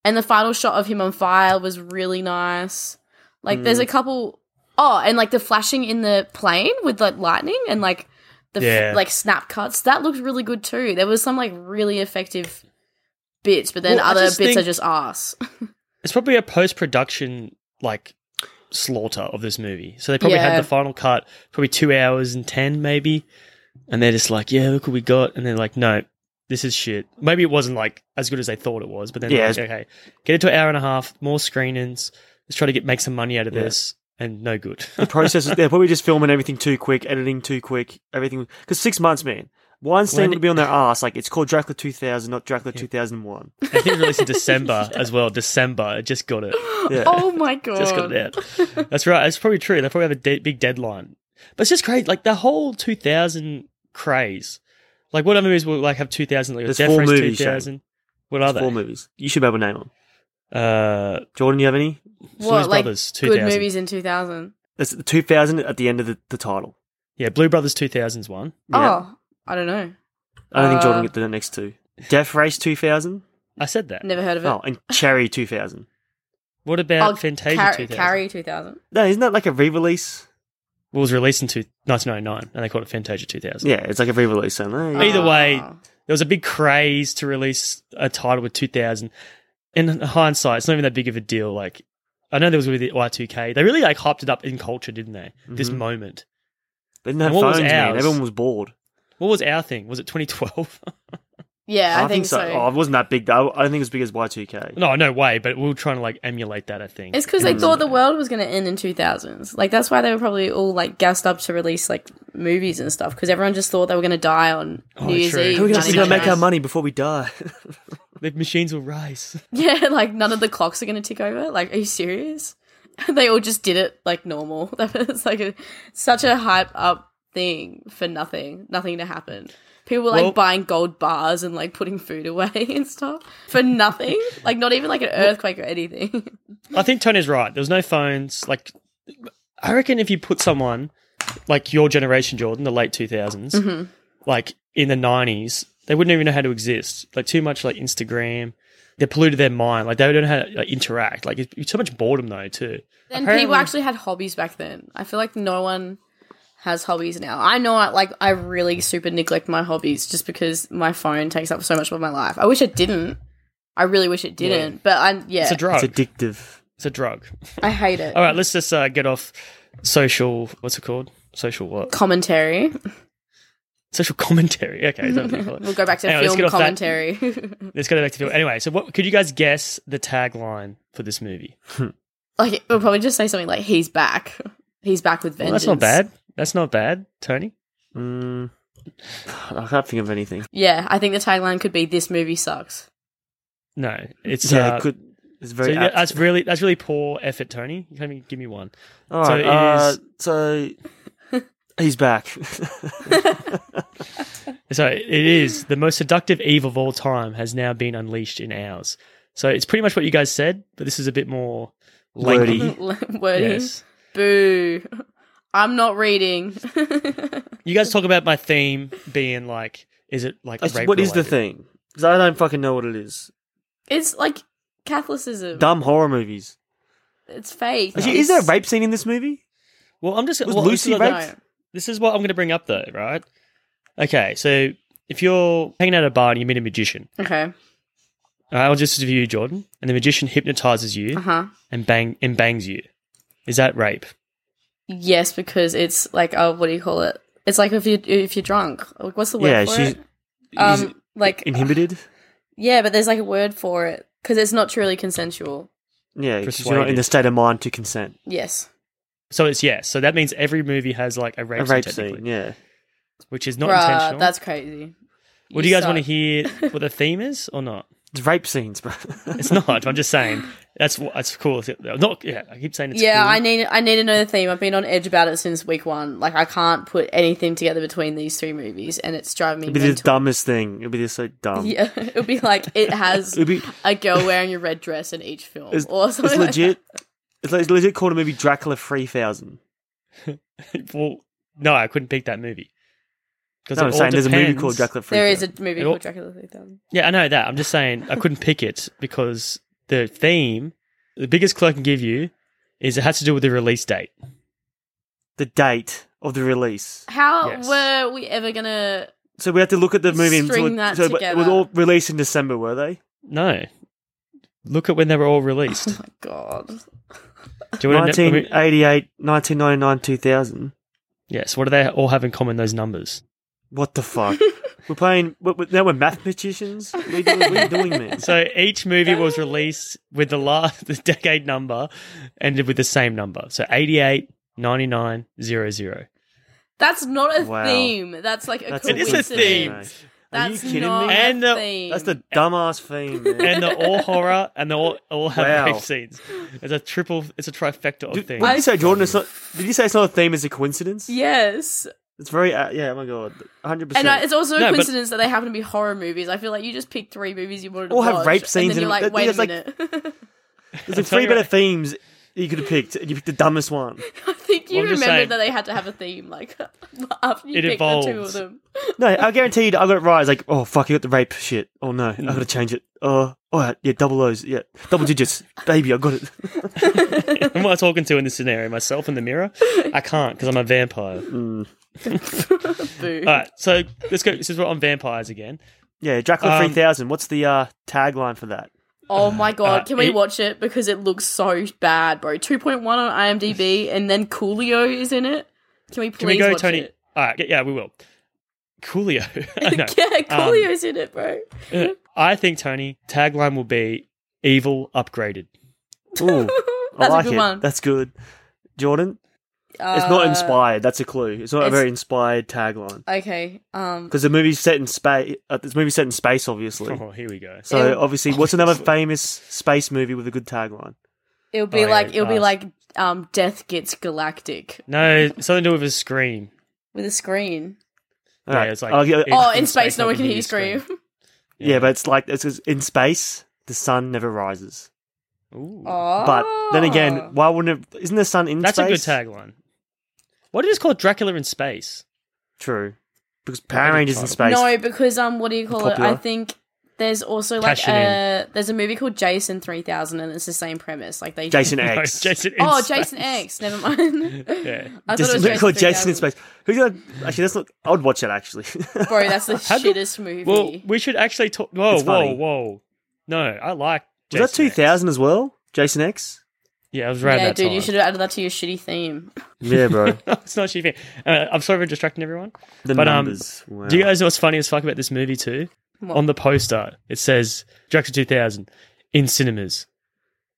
And the final shot of him on fire was really nice. Like, Mm. there's a couple oh, and like the flashing in the plane with like lightning and like the Yeah. f- like snap cuts that looked really good too. There was some like really effective bits, but then Well, I other bits just think- are just ass. it's probably a post production like slaughter of this movie. So they probably Yeah. had the final cut probably two hours and ten maybe, and they're just like, yeah, look what we got, and they're like, no, this is shit. Maybe it wasn't like as good as they thought it was, but then Yeah, yeah, like, okay, get it to an hour and a half, more screenings, let's try to get make some money out of Yeah. this, and no good. the process is they're probably just filming everything too quick, editing too quick, everything. Because six months, man. Weinstein When- would be on their ass. Like it's called Dracula 2000, not Dracula 2001. I think it was released in December as well. December, it just got it. Yeah. oh my god! just got it out. That's right. That's probably true. They probably have a de- big deadline. But it's just crazy. Like the whole 2000 craze. Like what other movies will like have 2000? Like There's Death four Race movies, Shane. 2000. What are It's they? four movies. You should be able to name them. Uh, Jordan, you have any? Blues what like Brothers, good 2000. movies in two thousand? It's 2000 at the end of the, the title. yeah, Blue Brothers 2000's one. Oh, I don't know. I don't think Jordan Uh, get the next two. Death Race 2000. I said that. Never heard of it. Oh, and Cherry 2000. What about Fantasia Car- 2000? Oh, Carrie two thousand. No, isn't that like a re-release? Well, it was released in two- 1999 and they called it Fantasia 2000. Yeah, it's like a re-release. So, eh, Either way, Oh. there was a big craze to release a title with 2000. In hindsight, it's not even that big of a deal. Like, I know there was with the Y2K. They really like hyped it up in culture, didn't they? This Mhm. moment. they didn't have And what was phones, man. ours? Everyone was bored. What was our thing? Was it 2012? Yeah, I, think, so. Oh, it wasn't that big though. I don't think it was as big as Y2K. no, no way. But we were trying to like emulate that. I think. It's because they thought the world was going to end in 2000s. Like, that's why they were probably all, like, gassed up to release, like, movies and stuff, because everyone just thought they were going to die on Oh, New Year's true. Eve. Who We're gonna going see to Nice. make our money before we die. the machines will rise. Yeah, like, none of the clocks are going to tick over. Like, are you serious? they all just did it, like, normal. it's, like, a, such a hype up thing for nothing, nothing to happen. People were, like, Well- buying gold bars and, like, putting food away and stuff for nothing. like, not even, like, an earthquake or anything. I think Tony's right. There was no phones. Like, I reckon if you put someone like your generation, Jordan, the late 2000s, like in the 90s, they wouldn't even know how to exist. Like, too much like Instagram. They polluted their mind. Like, they don't know how to like, interact. Like, it's, it's so much boredom, though, too. And people Apparently- actually had hobbies back then. I feel like no one has hobbies now. I know, I, like, I really super neglect my hobbies just because my phone takes up so much of my life. I wish it didn't. I really wish it didn't. But I, yeah, It's a drug. It's it's a, addictive. drug. I hate it. All right, let's just uh, get off social. What's it called? Social what? Commentary. Social commentary. Okay, is that what you call it? We'll go back to Anyway, let's get film off that. commentary. Let's go back to film. Anyway, so what could you guys guess the tagline for this movie? like, we'll probably just say something like, "He's back. He's back with Well, vengeance." that's not bad. That's not bad, Tony. Mm, I can't think of anything. Yeah, I think the tagline could be, "This movie sucks." No, it's Yeah, uh, it could. It's so very. yeah, apt. that's really that's really poor effort, Tony. You can't even give me one. All so right, it uh, is- so he's back. So it is the most seductive Eve of all time has now been unleashed in ours. So it's pretty much what you guys said, but this is a bit more lengthy. Wordy. Wordy. Yes, Boo. I'm not reading. you guys talk about my theme being like, is it like That's- rape what is the related? thing? Because I don't fucking know what it is. It's like Catholicism. Dumb horror movies. It's fake. Actually, is there a rape scene in this movie? Well, I'm just Was well, this Lucy is what- raped? This is what I'm going to bring up though, right? Okay, so if you're hanging out at a bar and you meet a magician, Okay. I'll just view you, Jordan, and the magician hypnotizes you Uh Uh-huh. huh. and bang and bangs you. Is that rape? Yes, because it's like oh, what do you call it? It's like if you if you're drunk. Like, what's the word Yeah, for she's- it? Um, Is it like inhibited. yeah, but there's like a word for it because it's not truly consensual. Yeah, 'cause you're not in Persuaded. the state of mind to consent. Yes. So it's yes. So that means every movie has like a rape, A rape scene, technically, scene. Yeah. which is not Bruh, intentional. That's crazy. Would you guys suck. want to hear what the theme is or not? It's rape scenes, bro. It's not. I'm just saying that's wh- that's cool. It's- Not yeah. I keep saying it's yeah, cool. I need I need to know the theme. I've been on edge about it since week one. Like I can't put anything together between these three movies, and it's driving me It'd be the mental. dumbest thing. It'd be just so dumb. Yeah, it'll be like it has It'd be a girl wearing a red dress in each film, it's, or it's something. like legit. It's, like, it's legit called a movie Dracula three thousand. Well, no, I couldn't pick that movie because No, I'm saying there's a movie called Dracula that. three. There is a movie It all- called Dracula 3000. Yeah, I know that. I'm just saying I couldn't pick it because the theme, the biggest clue I can give you, is it has to do with the release date. the date of the release. How Yes. were we ever gonna? So we have to look at the movie. and String sort- that so it together. was all released in December, were they? No, look at when they were all released. Oh my god, Do you want to? 1988, 1999, 2000. Yes. What do they all have in common? Those numbers. What the fuck? we're playing. What, what, now we're mathematicians. What are you doing, what are you doing man? So each movie was released with the last the decade number ended with the same number. So 88, 99, 00. that's not a Wow. theme. That's like a That's It is coincidence. a theme. Are That's you kidding not me? And- a the- theme. That's the dumbass theme. Man. And they're all horror and they all, all have Wow. rape scenes. It's a triple it's a trifecta of Did, things. what did you say, Jordan? It's not. Did you say it's not a theme? It's a coincidence. yes, It's very. Uh, yeah. Oh my god. Hundred and uh, it's percent. also No, a but- coincidence that they happen to be horror movies. I feel like you just picked three movies you wanted to All watch, have rape scenes and then in you're like, it. That- wait a that's like- minute. There's like three you better right. themes you could have picked. and You picked the dumbest one. I think you Well, I'm just remembered saying- that they had to have a theme, like after you It picked the two of evolves. them. No, I guaranteed I got it right. It's like, oh fuck, you got the rape shit. Oh no, I got to change it. Oh, all right, yeah, double O's, yeah, double digits, baby, I got it. Who am I talking to in this scenario? Myself in the mirror? I can't because I'm a vampire. Mm. Boo. All right, so let's go. Since we're on vampires again, Yeah, Dracula Um, three thousand. What's the uh, tagline for that? Oh my god, uh, can we it- watch it? Because it looks so bad, bro. 2.1 on IMDb, and then Coolio is in it. Can we please can we go, watch Tony? it? All right, yeah, we will. Coolio. no, Yeah, um, Coolio's in it, bro. I think Tony tagline will be evil upgraded. Ooh, I That's a like good it. one. That's good. Jordan, it's not Uh, inspired. That's a clue. It's not a it's- very inspired tagline Okay. Um, because the movie's set in space. Uh, this movie's set in space, obviously. Oh, here we go. So Ew. obviously, what's another famous space movie with a good tagline? it'll be Oh, like yeah, it'll be nice. like um, Death Gets Galactic No, something to do with a scream. with a screen. All Yeah, right. it's like- I'll give- It- Oh, in in space, space, no I one can can hear hear you you scream. yeah, but it's like it's, it's in space. The sun never rises. Ooh. Oh. But then Ah. again, why wouldn't it? Isn't the sun in That's space? a good tagline. What is called Dracula in space? True, because Bloody Power Rangers in title. space. No, because um, what do you call it? I Popular. think there's also like Cashing a there's a movie called Jason 3000, and it's the same premise. Like they Jason No, X. Jason in Oh, space. Jason X. Never mind. Yeah. I thought Just it was look Jason, called Jason 3000. in space. Who's gonna actually? That's not. I'd watch that actually. Bro, that's the How do- shittest movie. Well, we should actually talk. Whoa, It's whoa, funny. whoa! No, I like. Was that Jason two X. thousand as well? Jason X. Yeah, it was right. yeah, that dude, time. you should have added that to your shitty theme. Yeah, bro. it's not cheap. Uh, I'm sorry for distracting everyone. The But, um, numbers. wow. Do you guys know what's funny as fuck about this movie too? What? On the poster, it says Dracula 2000 in cinemas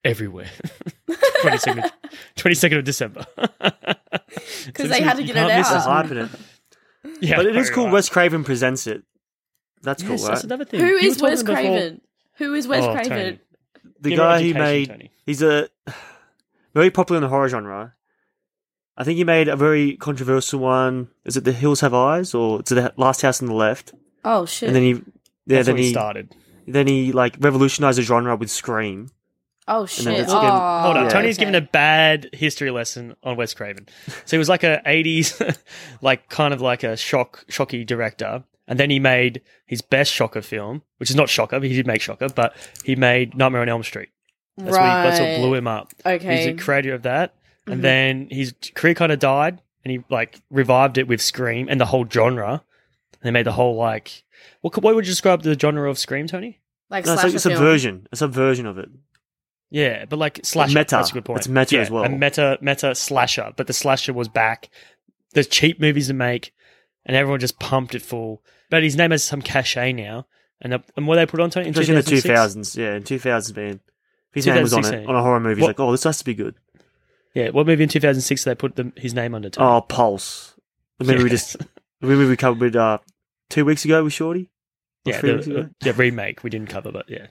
everywhere. 22nd, 22nd of December. Because they had to You get it can't miss There's guys- out. hype in it. yeah, But it is very cool. right. Wes Craven presents it. That's Yes, cool, that's right? another thing. Who You is were talking Wes before- Craven? Who is Wes Oh, Tony. Craven? the Give me guy who education, made Tony. he's a very popular in the horror genre. I think he made a very controversial one. Is it The Hills Have Eyes or it's The Last House on the Left? Oh shit! And then he, yeah, That's then where he he, started. then he like revolutionized the genre with Scream. oh shit! it's getting- Oh, Hold on, yeah. Tony's okay. given a bad history lesson on Wes Craven. So he was like a '80s, like kind of like a shock, shocky director, and then he made his best shocker film, which is not shocker, but he did make shocker, but he made Nightmare on Elm Street. That's, what, he, that's what Right. blew him up. He's Okay. Mm-hmm. a creator of that, and then his career kind of died, and he like revived it with Scream and the whole genre. They made the whole like, what, could- what would you describe the genre of Scream, Tony? like No, it's, like, slasher it's a film. version. It's a version of it. Yeah, but like slasher. Meta. That's a good point. It's meta Yeah, as well. A meta meta slasher, but the slasher was back. There's cheap movies to make, and everyone just pumped it full. But his name has some cachet now, and the, and what they put on Tony in Especially in the 2006? 2000s. Yeah, in 2000s, man. If his name was on it, 2016. on a horror movie, he's What- like, oh, this has to be good. Yeah, what movie in 2006 they put the, his name under Tony? Oh, Pulse. The movie we just, the movie we covered uh, two weeks ago with Shorty? Or yeah, three weeks the, ago? the remake we didn't cover, but yeah,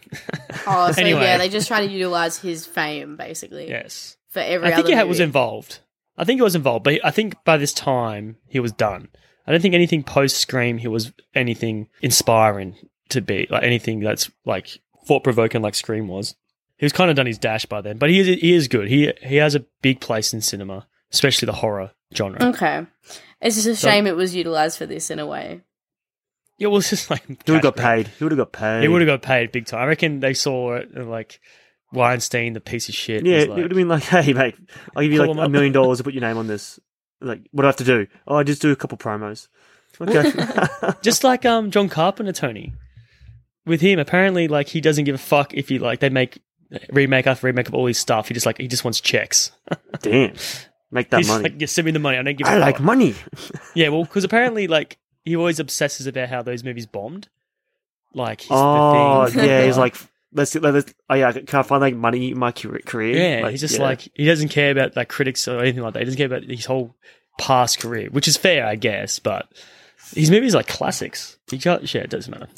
Oh, so Anyway. yeah, they just try to utilize his fame basically yes. for every. I think other he had, was movie. involved. I think he was involved, but I think by this time he was done. I don't think anything post Scream he was anything inspiring to be like anything that's like thought provoking like Scream was. He was kind of done his dash by then, but he is he is good. He he has a big place in cinema, especially the horror genre. Okay, it's just a shame it was utilized for this in a way. Yeah, well, it's just like He would have got cash grab. paid. He would have got paid. He would have got paid big time. I reckon they saw it and like Weinstein, the piece of shit. Yeah, was it like- would have been like, hey, mate, I'll give you Call like him a up." million dollars to put your name on this. Like, what do I have to do? Oh, I just do a couple promos. Okay. just like um John Carpenter, Tony. With him, apparently, like he doesn't give a fuck if he like they make remake after remake of all his stuff. He just like he just wants checks. Damn. Make that He's money. like, just send me the money. I don't give. a I fuck. like money. Yeah, well, because apparently, like he always obsesses about how those movies bombed. Like he's Oh, the thing. yeah. He's like, let's, let's, oh, yeah, can I find like money in my career? career? yeah, he's just yeah. like he doesn't care about like critics or anything like that. He doesn't care about his whole past career, which is fair, I guess. But his movies are like classics. He can't, yeah, it doesn't matter.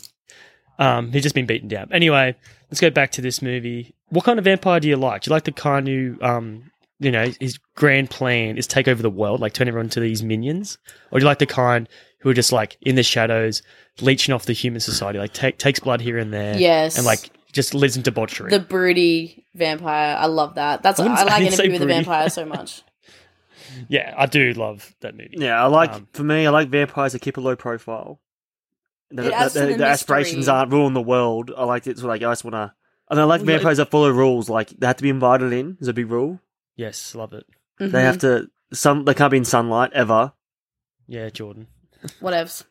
Um, he's just been beaten down. Anyway, let's go back to this movie. What kind of vampire do you like? Do you like the kind who, um, you know, his grand plan is take over the world, like turn everyone to these minions, or do you like the kind who are just like in the shadows, leeching off the human society, like take, takes blood here and there, Yes. and like just lives in debauchery. the broody vampire. I love that. That's I I, wouldn't- I like didn't say interview with the broody. vampire so much. yeah, I do love that movie. Yeah, I like Um, for me, I like vampires that keep a low profile. The, It adds to the aspirations mystery. aren't ruling the world. I like it. So like I just want to, and I like Well, no, it- vampires that follow rules. Like they have to be invited in. Is a big rule. Yes, love it. Mm-hmm. They have to. Some they can't be in sunlight ever. Yeah, Jordan. Whatevs.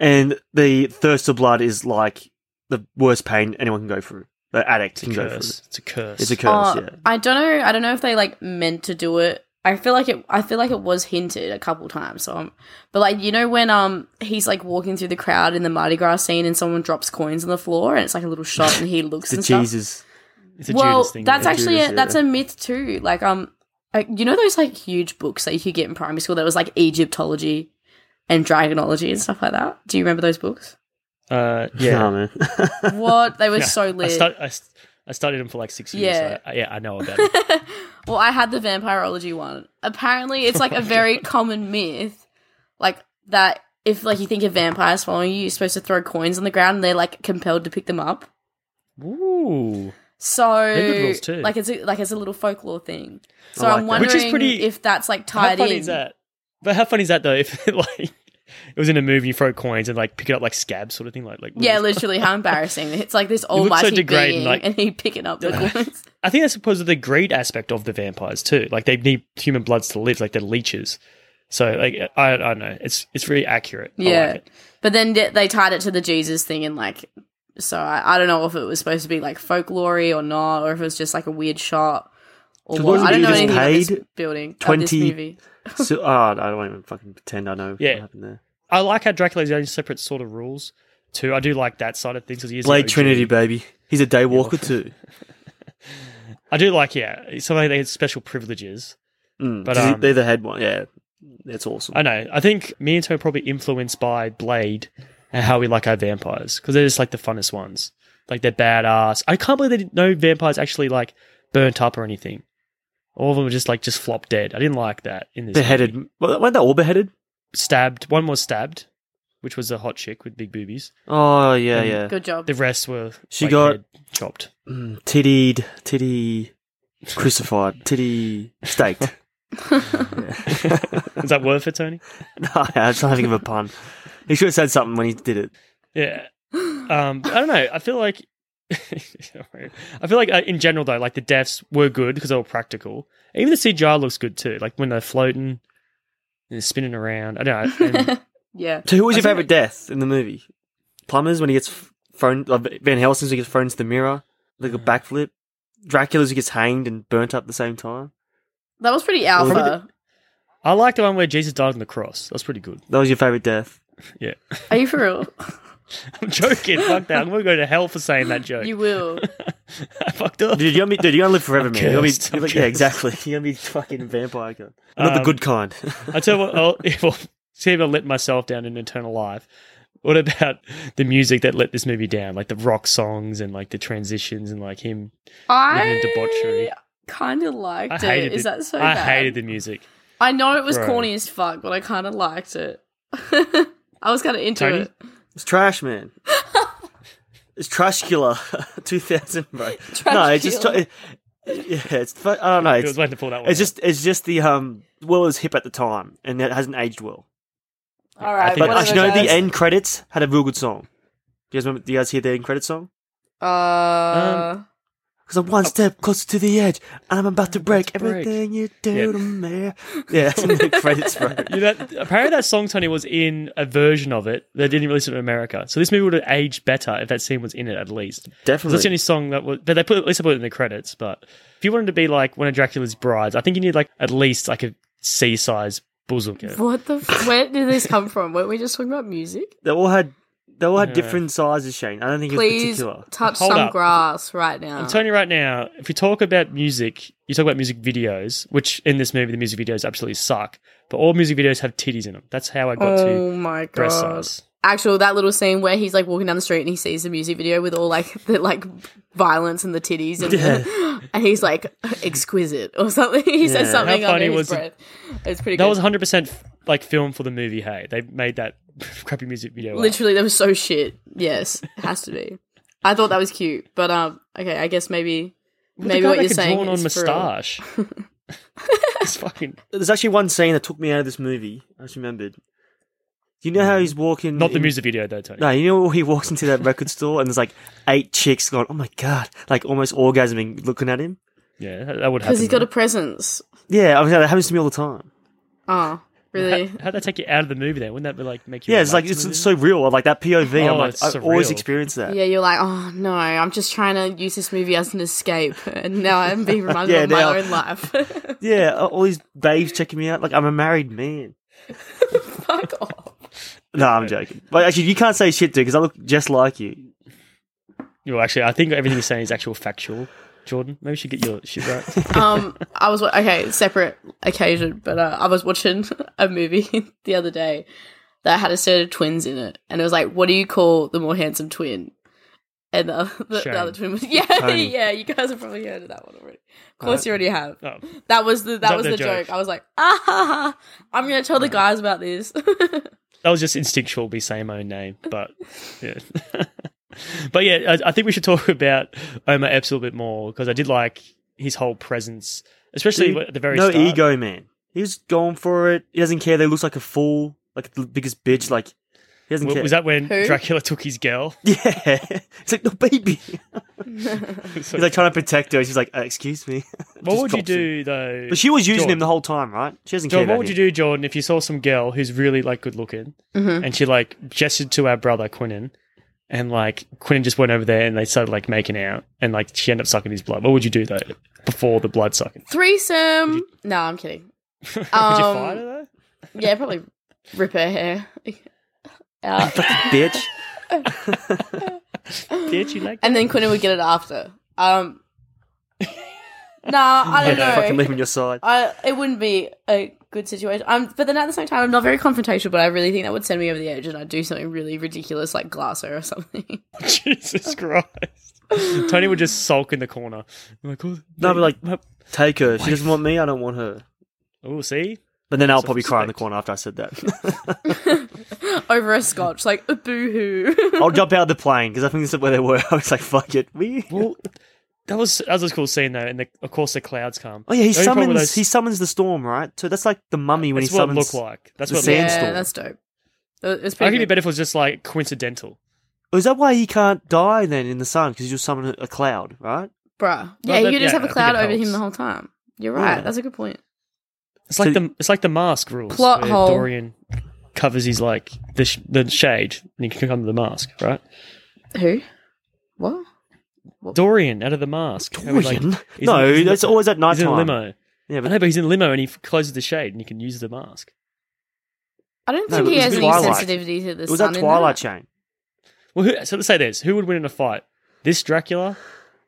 And the thirst of blood is like the worst pain anyone can go through. The addict It's a can go curse. through. It's a curse. It's a curse. Uh, yeah. I don't know. I don't know if they like meant to do it. I feel like it. I feel like it was hinted a couple times. So, um, but like you know when um he's like walking through the crowd in the Mardi Gras scene and someone drops coins on the floor and it's like a little shot and he looks The and stuff. Jesus. It's a well, Judas thing. that's yeah. actually Judas, a, that's yeah. a myth too. Like um, like, you know those like huge books that you could get in primary school that was like Egyptology and Dragonology and stuff like that. Do you remember those books? Uh, yeah. Nah, man. What they were Yeah, so I, lit. stu- I, st- I studied him for like six years. Yeah. so I, yeah, I know about it. well, I had the vampirology one. Apparently, it's like a very common myth, like that if like you think of vampires following you, you're supposed to throw coins on the ground and they're like compelled to pick them up. Ooh. So, They're good rules too. like it's a, like it's a little folklore thing. So like I'm that. wondering Which is pretty- if that's like How tied funny in. is that? But how funny is that though? If like it was in a movie, you throw coins and like pick it up like scabs, sort of thing. Like like Yeah, literally, how embarrassing! It's like this look so almighty degrading, being, like- and he picking up the coins. I think that's supposed to the greed aspect of the vampires too. Like they need human bloods to live, like they're leeches. So like I, I don't know. It's it's very accurate. I Yeah. like it. But then th- they tied it to the Jesus thing, and like, so I, I don't know if it was supposed to be like folklore or not, or if it was just like a weird shot. Or So what. wasn't I don't he know just anything about this paid building. 20... 20 This movie. so, oh, I don't even fucking pretend I know Yeah. what happened there. I like how Dracula's own separate sort of rules too. I do like that side of things because he is an Blade OG. Trinity, baby. He's a day walker too. I do like yeah. Something they had special privileges. Mm. But, But um, they're the head one. Yeah, that's awesome. I know. I think me and Tom are probably influenced by Blade and how we like our vampires because they're just like the funnest ones. Like they're badass. I can't believe they didn't know vampires actually like burnt up or anything. All of them were just like just flop dead. I didn't like that in this. movie. beheaded. Well, weren't they all beheaded? stabbed. One was stabbed, which was a hot chick with big boobies. Oh yeah, Mm. yeah. Good job. The rest were She like, got- head chopped. Mm, tittied, titty, crucified, titty, staked. Is that word for Tony? no, I was trying to think of a pun. He should have said something when he did it. Yeah. Um. but I don't know. I feel like. I feel like uh, in general though, like the deaths were good because they were practical. Even the CGI looks good too. Like when they're floating, and they're spinning around. I don't know. and- yeah. So, who was I your think- favorite death in the movie? Plumbers when he gets f- thrown. Like Van Helsing when he gets thrown into the mirror, like a Mm. backflip. Dracula's who gets hanged and burnt up at the same time. That was pretty Well, alpha. I like the one where Jesus died on the cross. That's pretty good. That was your favorite death. Yeah. Are you for real? I'm joking. Fuck that. I'm gonna go to hell for saying that joke. you will. I fucked up. Dude, you're gonna be, dude, you're gonna live forever, man. You're gonna be, cursed. I'm you're like- yeah, cursed. exactly. You're gonna be fucking vampire. Girl. Not the Um, good kind. I tell you what, I'll, well, see if I let myself down in eternal life. What about the music that let this movie down? Like the rock songs and like the transitions and like him. Living in debauchery. I kind of liked I it. hated Is the- that so I bad? hated the music. I know it was Bro. corny as fuck, but I kind of liked it. I was kind of into Tony? it. It's trash, man. it's trashcula, two thousand, bro. No, it's just tra- Trashcula. yeah. It's fu- I don't know. It It's, was waiting to pull that one. it's out. just it's just the um. Well, it was hip at the time, and it hasn't aged well. All right, think- But Whatever, actually, no. guys. The end credits had a real good song. Do you guys remember? Do you guys hear the end credits song? um, Uh, Because I'm one step closer to the edge, and Oh. I'm about to break break. everything you do Yeah. to me. Yeah, that's in the credits, bro. You know, that- apparently that song Tony was in a version of it that didn't release it in America. So this movie would have aged better if that scene was in it at least. 'Cause That's the only Definitely. song that was. But they put at least they put it in the credits. But if you wanted to be like one of Dracula's brides, I think you need like at least like a C size bosom. What the? F- where did this come from? Weren't we just talking about music? They all had they all had Yeah. different sizes, Shane. I don't think Please it was particular. touch Hold some up. grass right now. I'm telling you right now, if you talk about music, you talk about music videos, which in this movie the music videos absolutely suck. But all music videos have titties in them. That's how I got oh to my god! breast size. Actual that little scene where he's like walking down the street and he sees the music video with all like the like violence and the titties and, and he's like exquisite or something. He says Yeah. something How funny under his was it- breath. It's pretty. That good. was 100 percent like film for the movie. Hey, they made that crappy music video. up. literally that was so shit. Yes, it has to be. I thought that was cute, but um, okay, I guess maybe With maybe the guy what like you're a saying drawn on is for real. moustache. it's fucking There's actually one scene that took me out of this movie. I just remembered. You know how he's walking. Mm. not the in- music video though, Tony. No, you know he walks into that record store and there's like eight chicks going, "Oh my god!" Like almost orgasming, looking at him. Yeah, that, that would happen. because he's got a right? presence. Yeah, I mean, that happens to me all the time. Oh, really? How, how'd that take you out of the movie then? Wouldn't that be like make you? Yeah, it's like relax in it's the so real. Like that POV. Oh, I'm like, it's I always surreal. experience that. Yeah, you're like, oh no, I'm just trying to use this movie as an escape, and now I'm being reminded Yeah, of my now- own life. Yeah, a- all these babes checking me out. Like I'm a married man. Fuck off. No, I'm joking. But actually, you can't say shit, dude, because I look just like you. movie? Well, actually, I think everything you're saying is actual factual. Jordan, maybe you should get your shit right. Um, I was wa- okay, separate occasion, but uh, I was watching a movie the other day that had a set of twins in it, and it was like, what do you call the more handsome twin? And the, the, Shane. the other twin was yeah, Tony. yeah. You guys have probably heard of that one already. Of course, you already have. oh, That was the that, that was their Uh, the joke. Uh-huh. joke? I was like, ah, ha, ha, I'm gonna tell the guys about this. that was just instinctual, be saying my own name, but yeah. but yeah, I, I think we should talk about Omar Epps a little bit more because I did like his whole presence, especially Dude, at the very E- no start. ego, man. He was going for it. He doesn't care. They looks like a fool, like the biggest bitch. Like he doesn't W- care. Was that when Who? Dracula took his girl? yeah, it's like no baby. So- He's like trying to protect her. She's like, uh, excuse me. what Just would you drops him. do though? But she was using Jordan. him the whole time, right? She doesn't care. Jordan, About what would you do, Jordan, if you saw some girl who's really like good looking Mm-hmm. and she like gestured to our brother Quinnen and like Quinnen just went over there and they started like making out and like she ended up sucking his blood. What would you do though before the blood sucking? Threesome. No, I'm kidding. would you Um, fight her though? Yeah, probably rip her hair out, bitch. Did you like that? and then Quinnan would get it after. Um, no, I don't know. Fucking leave him on your side. I it wouldn't be a good situation. Um, but then at the same time, I'm not very confrontational, but I really think that would send me over the edge, and I'd do something really ridiculous like Glasser or something. Jesus Christ. Tony would just sulk in the corner. I'm like, oh, No, but like, like, take her. She doesn't want me. I don't want her. oh, see? But then I'll probably cry in the respect. corner after I said that. over a scotch, like a boo hoo. I'll jump out of the plane because I think this is where they were. I was like, fuck it. We. Well, that was that was a cool scene though, and the, of course the clouds come. Oh yeah, he The only problem summons with those- he summons the storm, right? So that's like the mummy when that's he what it summons. looked like. That's the what it looked sand- like. yeah, Sandstorm. that's dope. It- It's I reckon pretty. it'd be good. better if it was just like coincidental. Oh, Is that why he can't die then in the sun? Because you just summon a- a cloud, right? Bruh. Well, Yeah, you that- could yeah, just have I a think cloud it over helps. him the whole time. You're right. Yeah. That's a good point. It's like So- the it's like the mask rules. Plot where hole. Dorian covers his like the sh- the shade, and he can come to the mask, right? Who? What? Dorian out of the mask. How he, Dorian? he's No, he's that's always at He's in a nighttime. limo. Yeah, I but know, but he's in a limo, and he f- closes the shade, and he can use the mask. I don't No, think but he it was has any Twilight. sensitivity to the it was sun. that in Twilight that. chain. Well, who, so let's say this: who would win in a fight? This Dracula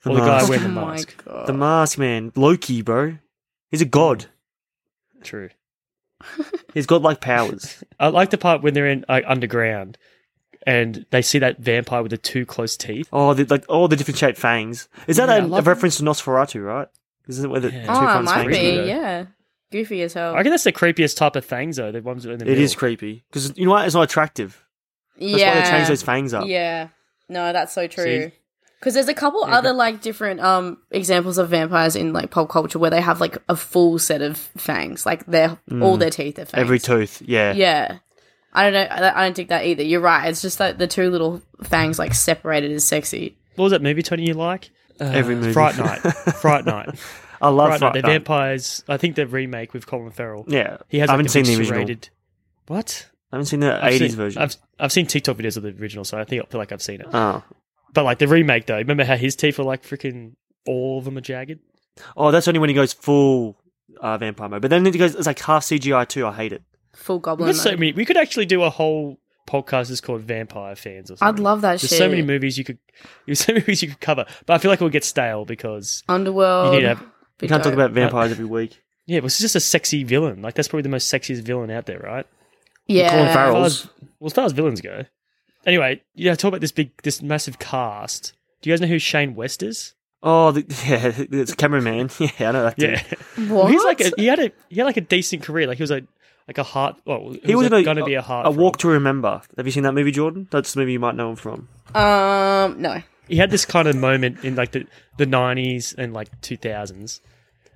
or the, guy mask. wearing the Oh my mask? god. The mask man, Loki, bro. He's a god. True. He's godlike powers. I like the part when they're in like, underground, and they see that vampire with the two close teeth. Oh, the, like all the different shaped fangs. Is that Yeah, I a, a love reference to Nosferatu, right? Isn't it where the Yeah. two Oh, oh, it fronts might fangs? Creepy, be. though. Yeah. Goofy as hell. I reckon that's the creepiest type of things, though. The ones in the It is creepy because you know what? It's not attractive. That's yeah. why they changed those fangs up. Yeah. No, that's so true. See? Because there's a couple other like different um examples of vampires in like pop culture where they have like a full set of fangs, like their Mm. all their teeth are fangs. Every tooth, yeah. yeah. I don't know. I I don't think that either. You're right. It's just like the two little fangs like separated is sexy. What was that movie, Tony? You like uh, Every movie. Fright Night, Fright Night. I love Right, Fright the Night. vampires. I think the remake with Colin Farrell. Yeah, he has. I Like, haven't seen the big original. serrated- What? I haven't seen the I've eighties seen- version. I've I've seen TikTok videos of the original, so I think I feel like I've seen it. oh. But like the remake, though, remember how his teeth were like freaking all of them are jagged. oh, that's only when he goes full uh, vampire mode. But then it goes it's like half CGI too. I hate it. Full We've goblin. got so mode. many. We could actually do a whole podcast that's called Vampire Fans or something. I'd love that There's shit. so many movies you could. There's so many movies you could cover, but I feel like it would get stale because you Underworld. need to have. We can't talk about vampires every week. Yeah, well, it's just a sexy villain. Like that's probably the most sexiest villain out there, right? yeah. Colin As far Farrell's. as- well, as far as villains go. Anyway, yeah, talk about this big, this massive cast. Do you guys know who Shane West is? Oh, the, yeah, it's cameraman. Yeah, I know that. dude. Yeah, What? he's like a, he had a he had like a decent career. Like he was a like a heart. Well, he, was, going to be a heart. A Walk to Remember. Have you seen that movie, Jordan? That's the movie you might know him from. um. No. he had this kind of moment in like the the nineties and like two thousands.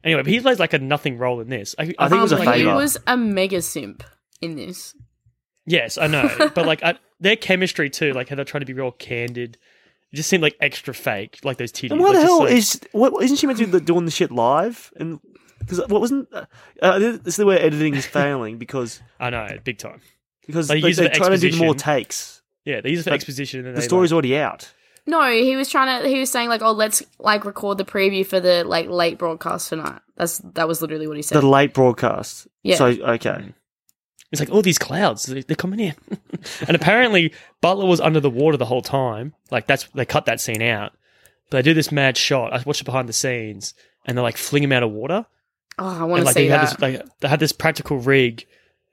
Anyway, but he plays like a nothing role in this. I, I think it was a like, he favour. was a mega simp in this. Yes, I know, but like I, their chemistry too, like how they're trying to be real candid. It just seemed like extra fake, like those titties. And why the Like, just, hell like- is what? Isn't she meant to be doing the shit live? And because what wasn't uh, uh, this is where editing is failing because I know, big time. because They they, use it they're for trying to do more exposition. takes. Yeah, they use it for But exposition. And then The they, story's like, already out. No, he was trying to. He was saying like, "Oh, let's like record the preview for the like late broadcast tonight." That's that was literally what he said. The late broadcast. Yeah. So Mm. okay. it's like all these clouds, they- they're coming in, and apparently Butler was under the water the whole time. Like that's they cut that scene out, but they do this mad shot. I watched it behind the scenes, and they like fling him out of water. oh, I want and to like they see had that. this like they had this practical rig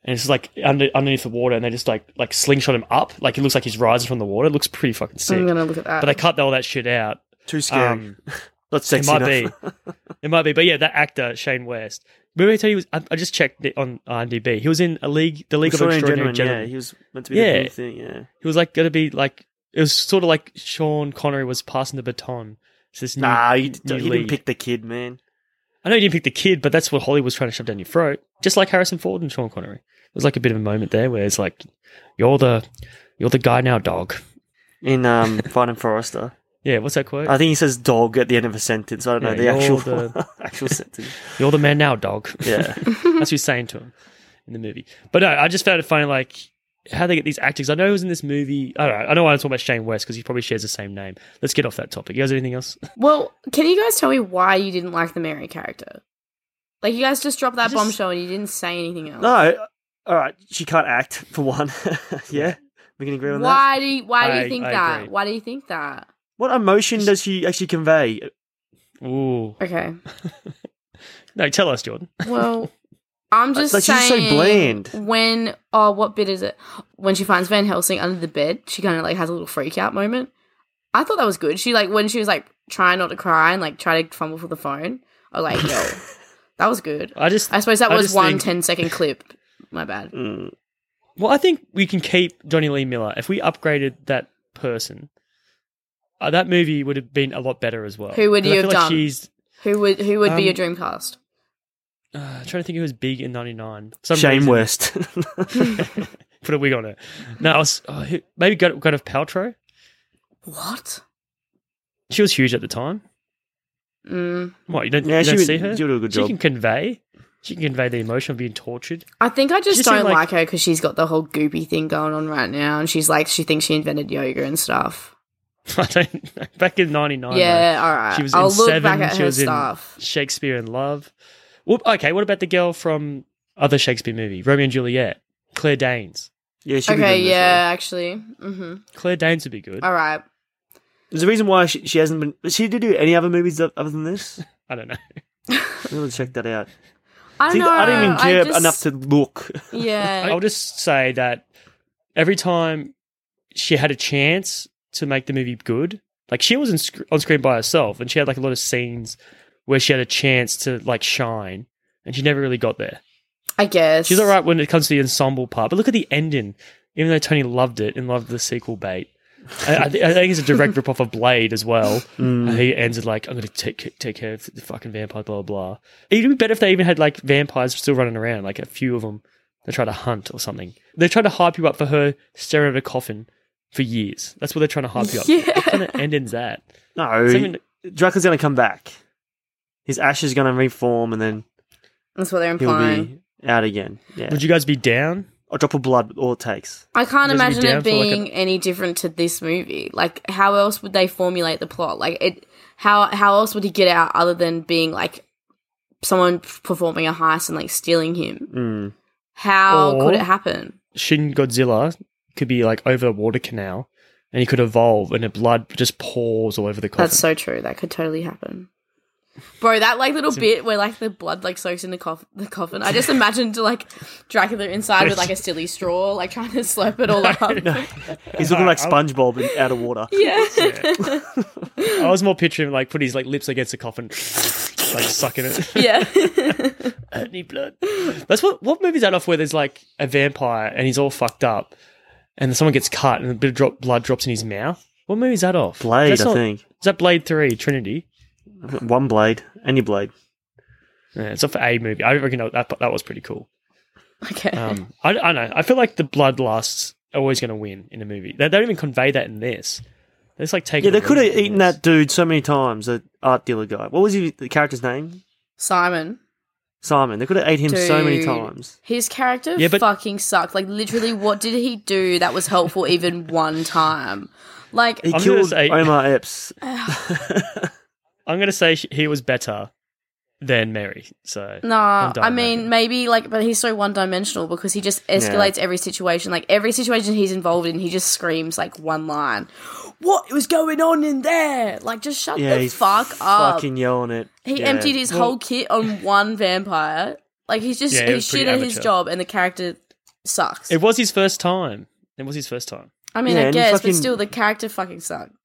and it's like under underneath the water and they just like like slingshot him up like it looks like he's rising from the water it looks pretty fucking sick I'm gonna look at that. but they cut all that shit out Too scary. um, Not it sexy might enough. be it might be but yeah that actor Shane West remember I tell you he was, I, I just checked it on IMDb he was in a league the League of Extraordinary Extraordinary Gentleman, Yeah, Gentlemen he was meant to be Yeah. the new thing. Yeah. he was like gonna be like it was sort of like Sean Connery was passing the baton to this new, Nah, he, d- new he lead. didn't pick the kid, man. I know you didn't pick the kid, but that's what Hollywood was trying to shove down your throat. Just like Harrison Ford and Sean Connery. It was like a bit of a moment there where it's like, you're the you're the guy now, dog. In um, Finding Forrester, Yeah, what's that quote? I think he says "dog" at the end of a sentence. I don't Yeah, know the you're actual the- actual sentence. you're the man now, dog. Yeah, that's what he's saying to him in the movie. But no, I just found it funny, like how they get these actors. I know who was in this movie. I don't know. I know why I'm talking about Shane West because he probably shares the same name. Let's get off that topic. You guys have anything else? well, can you guys tell me why you didn't like the Mary character? Like you guys just dropped that just- bombshell and you didn't say anything else. no. All right, she can't act for one. yeah, we can agree on that. Why do you, why do I- you think I that? agree. Why do you think that? What emotion does she actually convey? Ooh. Okay. No, tell us, Jordan. Well, Uh, I'm just Like, she's just so saying. bland. When oh, what bit is it? When she finds Van Helsing under the bed, she kind of like has a little freak out moment. I thought that was good. She like when she was like trying not to cry and like try to fumble for the phone. I was like, yo, that was good. I just I suppose that I was just one think- ten second clip. My bad. Mm. Well, I think we can keep Johnny Lee Miller. If we upgraded that person, uh, that movie would have been a lot better as well. Who would 'Cause I you feel have like done? She's Who would who would Um, be your dream cast? uh, I'm trying to think who was big in '99. For some Shane reason- West. Put a wig on her. No, I was, oh, who- maybe God, God of Paltrow. What? She was huge at the time. Mm. What you don't, Yeah, you she don't would- see her? she would do a good she job. can convey. She can convey the emotion of being tortured. I think I just, just don't seemed like- like, her her because she's got the whole goopy thing going on right now, and she's like she thinks she invented yoga and stuff. I don't. know. Back in '99. yeah, all right. She was I'll in look Seven. back at she her was stuff. in Shakespeare in Love. Whoop, okay, what about the girl from other Shakespeare movie, Romeo and Juliet? Claire Danes. yeah, she okay, yeah, actually, mm-hmm. Claire Danes would be good. all right. There's a reason why she, she hasn't been. She did do any other movies o- other than this. I don't know. I'm gonna check that out. I don't See, know. I don't even care just- enough to look. Yeah, I'll just say that every time she had a chance to make the movie good, like she was in, sc- on screen by herself, and she had like a lot of scenes where she had a chance to like shine, and she never really got there. I guess She's all right when it comes to the ensemble part, but look at the ending. Even though Tony loved it and loved the sequel bait, I, I, thi- I think it's a direct rip off of Blade as well. And He ends it like, "I'm going to take take care of the fucking vampire," blah blah blah. It'd be better if they even had like vampires still running around, like a few of them. They try to hunt or something. They try to hype you up for her staring at a coffin for years. That's what they're trying to hype you up. for. Yeah. What kind of ending's that? No, It's even- Dracula's gonna come back. His ash is gonna reform, and then That's what they're he'll implying. be out again. Yeah, Would you guys be down? a drop of blood, all it takes. I can't Doesn't imagine be down it for, like, being any different to this movie. Like, how else would they formulate the plot? Like, it how how else would he get out other than being like someone p- performing a heist and like stealing him? Mm. How Or- could it happen? Shin Godzilla could be like over a water canal, and he could evolve, and the blood just pours all over the coffin. That's so true. That could totally happen. Bro, that like little bit where like the blood like soaks in the, coff- the coffin. I just imagined like Dracula inside with like a silly straw, like trying to slurp it all up. He's looking like I'll- SpongeBob in, out of water. Yeah. I was more picturing like put his like lips against the coffin, like sucking it. yeah. I need blood. That's what what movie's that off where there's like a vampire and he's all fucked up, and someone gets cut and a bit of drop blood drops in his mouth. What movie's that off? Blade, That's I not- think. Is that Blade Three Trinity? One blade, any blade. Yeah, it's off a movie. I reckon that that was pretty cool. Okay. Um, I, I don't know. I feel like the bloodlusts are always going to win in a movie. They, they don't even convey that in this. They just like take. Yeah, they could have eaten that dude so many times. The art dealer guy. What was he, the character's name? Simon. Simon. They could have ate him so many Dude. times. His character Yeah, but- fucking sucked. Like literally, what did he do that was helpful even one time? Like He I'm gonna killed say- Omar Epps. I'm going to say sh- he was better than Mary. So No, done I with mean it. maybe like, but he's so one-dimensional because he just escalates every situation. Like every situation he's involved in, he just screams like one line. What was going on in there? Like, just shut Yeah, the he's fuck up. fucking yelling it. he Yeah. emptied his whole kit on one vampire. Like he's just Yeah, he he's was pretty shit at his amateur. job, and the character sucks. it was his first time. It was his first time. I mean, Yeah, I and he guess, fucking- but still, the character fucking sucked.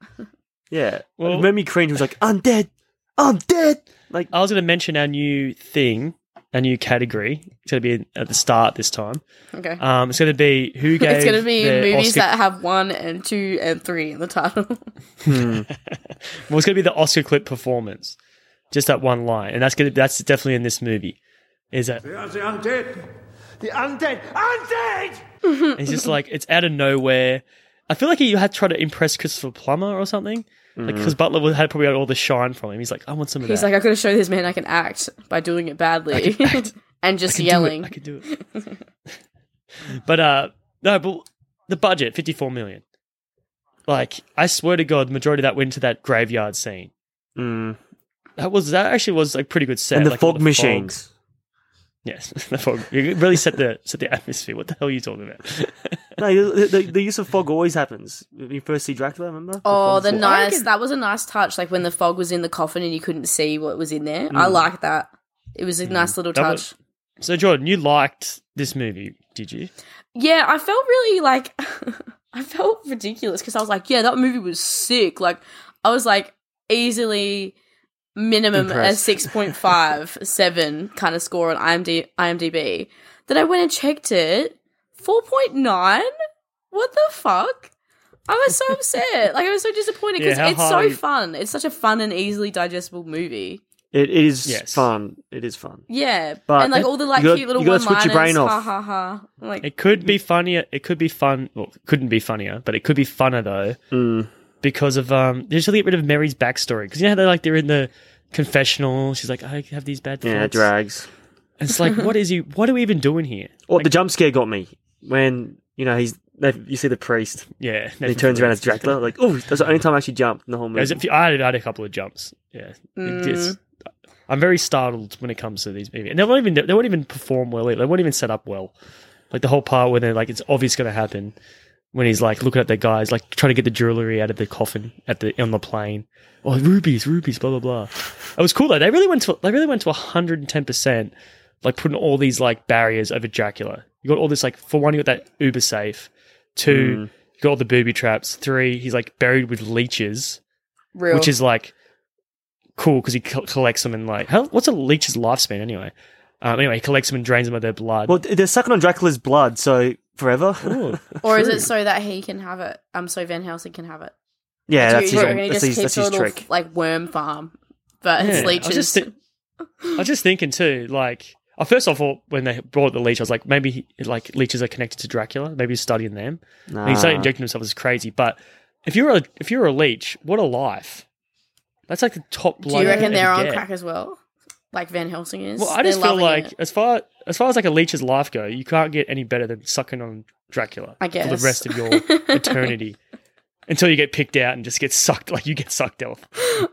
Yeah. Well- it made me cringe. He was like, I'm dead. I'm dead. Like, I was going to mention our new thing, our new category. It's going to be at the start this time. Okay, Uh, Um, it's going to be who gave. it's gonna be the movies Oscar- that have one and two and three in the title. Well, it's going to be the Oscar clip performance, just that one line, and that's going to that's definitely in this movie. Is that The undead. The undead. Undead! And He's just like it's out of nowhere. I feel like he had tried to impress Christopher Plummer or something, like Mm. because Butler would- had probably had all the shine from him. He's like, I want some of He's that. like, I could have shown this man I can act by doing it badly and I just can do it. yelling. I could do it. but uh, no, but the budget fifty four million. Like I swear to God, majority of that went to that graveyard scene. mm. That was that actually was like pretty good set. and the like, all fog the machines. Yes, the fog. You really set the set the atmosphere. What the hell are you talking about? No, the, the, the use of fog always happens. When you first see Dracula, remember? Oh, fog's the all- nice. That was a nice touch. Like when the fog was in the coffin and you couldn't see what was in there. I like that. It was a nice little Mm. That touch. was- so Jordan, you liked this movie, did you? yeah, I felt really like I felt ridiculous because I was like, yeah, that movie was sick. Like I was like easily minimum Impressed. a six point five seven kind of score on IMD- IMDb. Then I went and checked it, four point nine. What the fuck? I was so upset. Like I was so disappointed Yeah, because how it's hard so are you- fun. It's such a fun and easily digestible movie. It, it is Yes. fun. It is fun. Yeah, But and like all the like you gotta- cute little you gotta one switch liners. your brain Ha off. ha ha! Like It could be funnier. It could be fun. Well, it couldn't be funnier, but it could be funner though Mm. because of um. They just really get rid of Mary's backstory because you know how they like they're in the confessional. She's like, I have these bad thoughts. Yeah, it drags. It's like, what is you? What are we even doing here? Oh, the jump scare got me when you know he's they- you see the priest Yeah, and he turns around as Dracula. Like, oh, that's the only time I actually jumped in the whole I, movie. I had, I had a couple of jumps. Yeah, It just- I'm very startled when it comes to these movies, and they won't even they won't even perform well. Either. They won't even set up well. Like the whole part where they're like, it's obvious going to happen when he's like looking at the guys, like trying to get the jewelry out of the coffin at the on the plane. Oh, rubies, rubies, blah blah blah. It was cool though. They really went to they really went to 110, percent like putting all these like barriers over Dracula. You got all this like for one, you got that uber safe. Two, you got all the booby traps. Three, he's like buried with leeches real. which is like cool because he co- collects them and like how, what's a leech's lifespan anyway? Um, anyway, he collects them and drains them of their blood. Well, they're sucking on Dracula's blood, so forever. Ooh, Or is true. it so that he can have it? Um, so Van Helsing can have it. yeah, that's You- his, you're gonna that's just his, keep that's his your little, trick. Like worm farm, but Yeah, it's I was leeches. just thi- I was just thinking too, like. I first I thought when they brought the leech, I was like, maybe he, like leeches are connected to Dracula. Maybe he's studying them. And he started Ah. Nah. injecting himself as crazy. But if you're a if you're a leech, what a life! That's like the top. Do you reckon they're on get. crack as well? Like Van Helsing is. Well, I They're just feel loving like it. as far as far as like a leech's life go, you can't get any better than sucking on Dracula I for guess. the rest of your eternity until you get picked out and just get sucked like you get sucked off.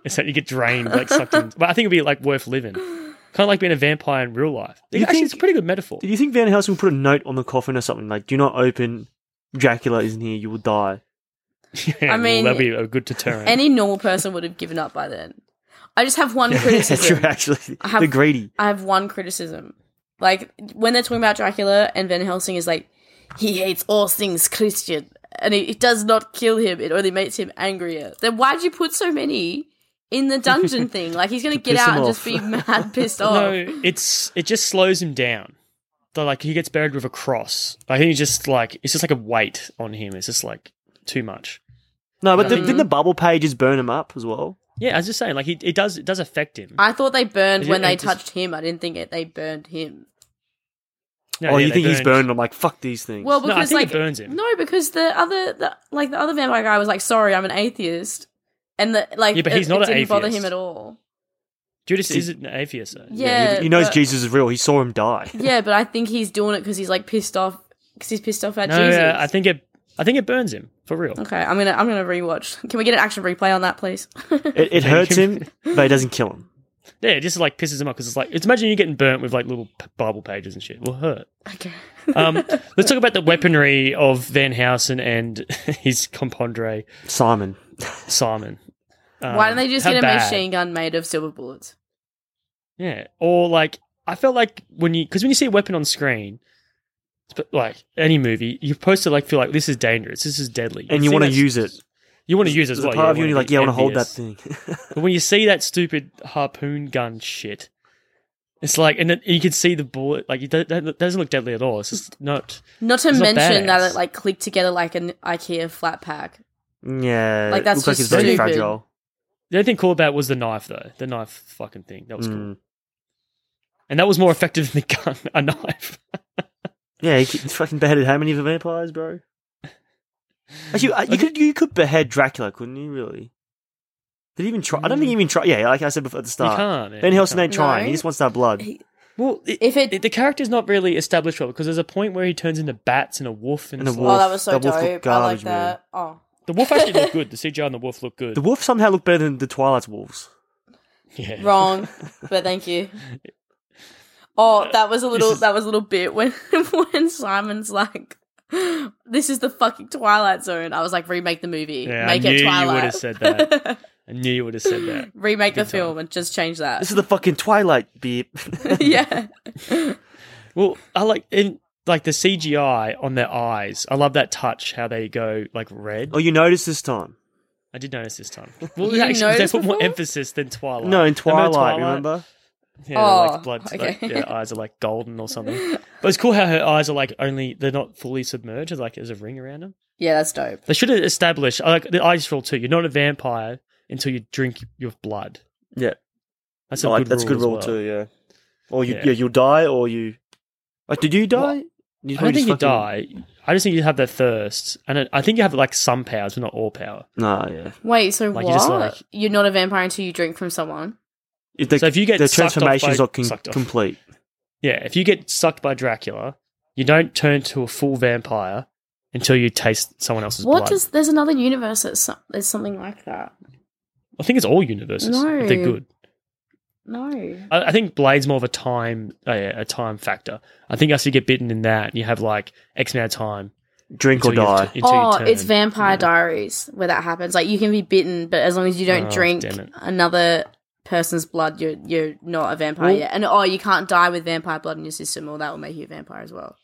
It's like you get drained, like sucked. In. But I think it'd be like worth living, kind of like being a vampire in real life. You Actually, think- it's a pretty good metaphor. Did you think Van Helsing put a note on the coffin or something like, "Do not open, Dracula isn't here, you will die"? Yeah, I well, mean, that'd be a good deterrent. any normal person would have given up by then. I just have one That's true. criticism. Actually, I have- they're greedy. I have one criticism. Like when they're talking about Dracula and Van Helsing is like, he hates all things Christian, and it, it does not kill him. It only makes him angrier. Then why'd you put so many in the dungeon thing? Like he's gonna get piss out him and off. just be mad pissed off. no, it's it just slows him down. So like he gets buried with a cross. I think he just like it's just like a weight on him. It's just like too much. No, but the, didn't the bubble pages burn him up as well? Yeah, I was just saying, like he, it does it does affect him. I thought they burned Is it- when they it just- touched him. I didn't think it, they burned him. No, oh, yeah, you they think he's burned- burned? I'm like, fuck these things. Well, No, I because think it like burns him. no, because the other the, like the other vampire guy was like, "Sorry, I'm an atheist," and the like Yeah, but it- he's not it an didn't bother atheist. him at all. Judas isn't an atheist. Though. Yeah, he, he knows uh, but- Jesus is real. He saw him die. Yeah, but I think he's doing it because he's like pissed off because he's pissed off at No, Jesus. Oh. yeah, I think it. I think it burns him for real. okay, I'm gonna I'm gonna rewatch. Can we get an action replay on that, please? It, it hurts him, but it doesn't kill him. Yeah, it just like pisses him off because it's like it's imagine you getting burnt with like little p- Bible pages and shit. It will hurt. okay. Um, let's talk about the weaponry of Van Housen and his compondre Simon. Simon. Um, Why don't they just how get a bad? machine gun made of silver bullets? Yeah, or like I felt like when you because when you see a weapon on screen, sp- like any movie, you're supposed to like feel like this is dangerous, this is deadly, And you see wanna that- use it. You want to use it as There's well. a part of you and wanna you're like, be yeah, I want to hold that envious. thing. But when you see that stupid harpoon gun shit, it's like, and then you can see the bullet. Like, it do- that doesn't look deadly at all. It's just not. Not to It's not mention that badass. it like clicked together like an IKEA flat pack. yeah, Like, that's it looks like just it's very stupid. fragile. The only thing cool about it was the knife, though. The knife fucking thing that was cool, Mm. and that was more effective than the gun. A knife. Yeah, he he fucking beheaded how many of the vampires, bro? Actually, uh, you could you could behead Dracula, couldn't you? Really? Did he even try? I don't think he even tried. Yeah, like I said before at the start, Mm. can't, man, Van you Helsing can't. ain't trying. No. He just wants that blood. Well, it, If if it- it, the character's not really established well because there's a point where he turns into bats and a wolf, and, And a it's wolf. Like, oh, that was so that wolf dope. looked I like garbage, that. Oh, the wolf actually looked good. The CGI on the wolf looked good. The wolf somehow looked better than the Twilight's wolves. yeah. wrong, but thank you. Oh, that was a little is- that was a little bit when when Simon's like, "This is the fucking Twilight Zone." I was like, remake the movie, Yeah, make I it knew you would Twilight, have said that. I knew you would have said that. remake the time. film, and just change that. This is the fucking Twilight beep. yeah, Well, I like in like the CGI on their eyes. I love that touch how they go like red. oh, you noticed this time? I did notice this time. Well, You actually, they noticed put more before? emphasis than Twilight. No, in Twilight, Twilight? remember? Yeah, they're, Oh, like blood. okay. Like, yeah, her eyes are like golden or something. But it's cool how her eyes are like only they're not fully submerged. Like there's a ring around them. yeah, that's dope. They should have established I like the ice rule too. You're not a vampire until you drink your blood. Yeah. That's a No, like, good that's rule good as rule well. too. Yeah. Or you, yeah. Yeah. you'll die, or you. Like, did you die? You I don't probably think you just fucking- die. I just think you have that thirst, and I- I think you have like some powers, but not all power. Nah, yeah. Wait, so Like, what? you You're, just, like- not a vampire until you drink from someone. If the, So if you get the sucked off transformation by- is not con- sucked off. complete, Yeah, if you get sucked by Dracula, you don't turn to a full vampire until you taste someone else's What blood. does? There's another universe that's so- there's something like that. I think it's all universes. No. If they're good. No. I, I think Blade's more of a time uh, a time factor. I think as you get bitten in that, you have like X amount of time drink or until you- die. until you Oh, it's turn. Vampire Diaries where that happens. Like you can be bitten, but as long as you don't Oh, drink damn it. another person's blood, you're you're not a vampire Well- yet. And oh, you can't die with vampire blood in your system, or that will make you a vampire as well.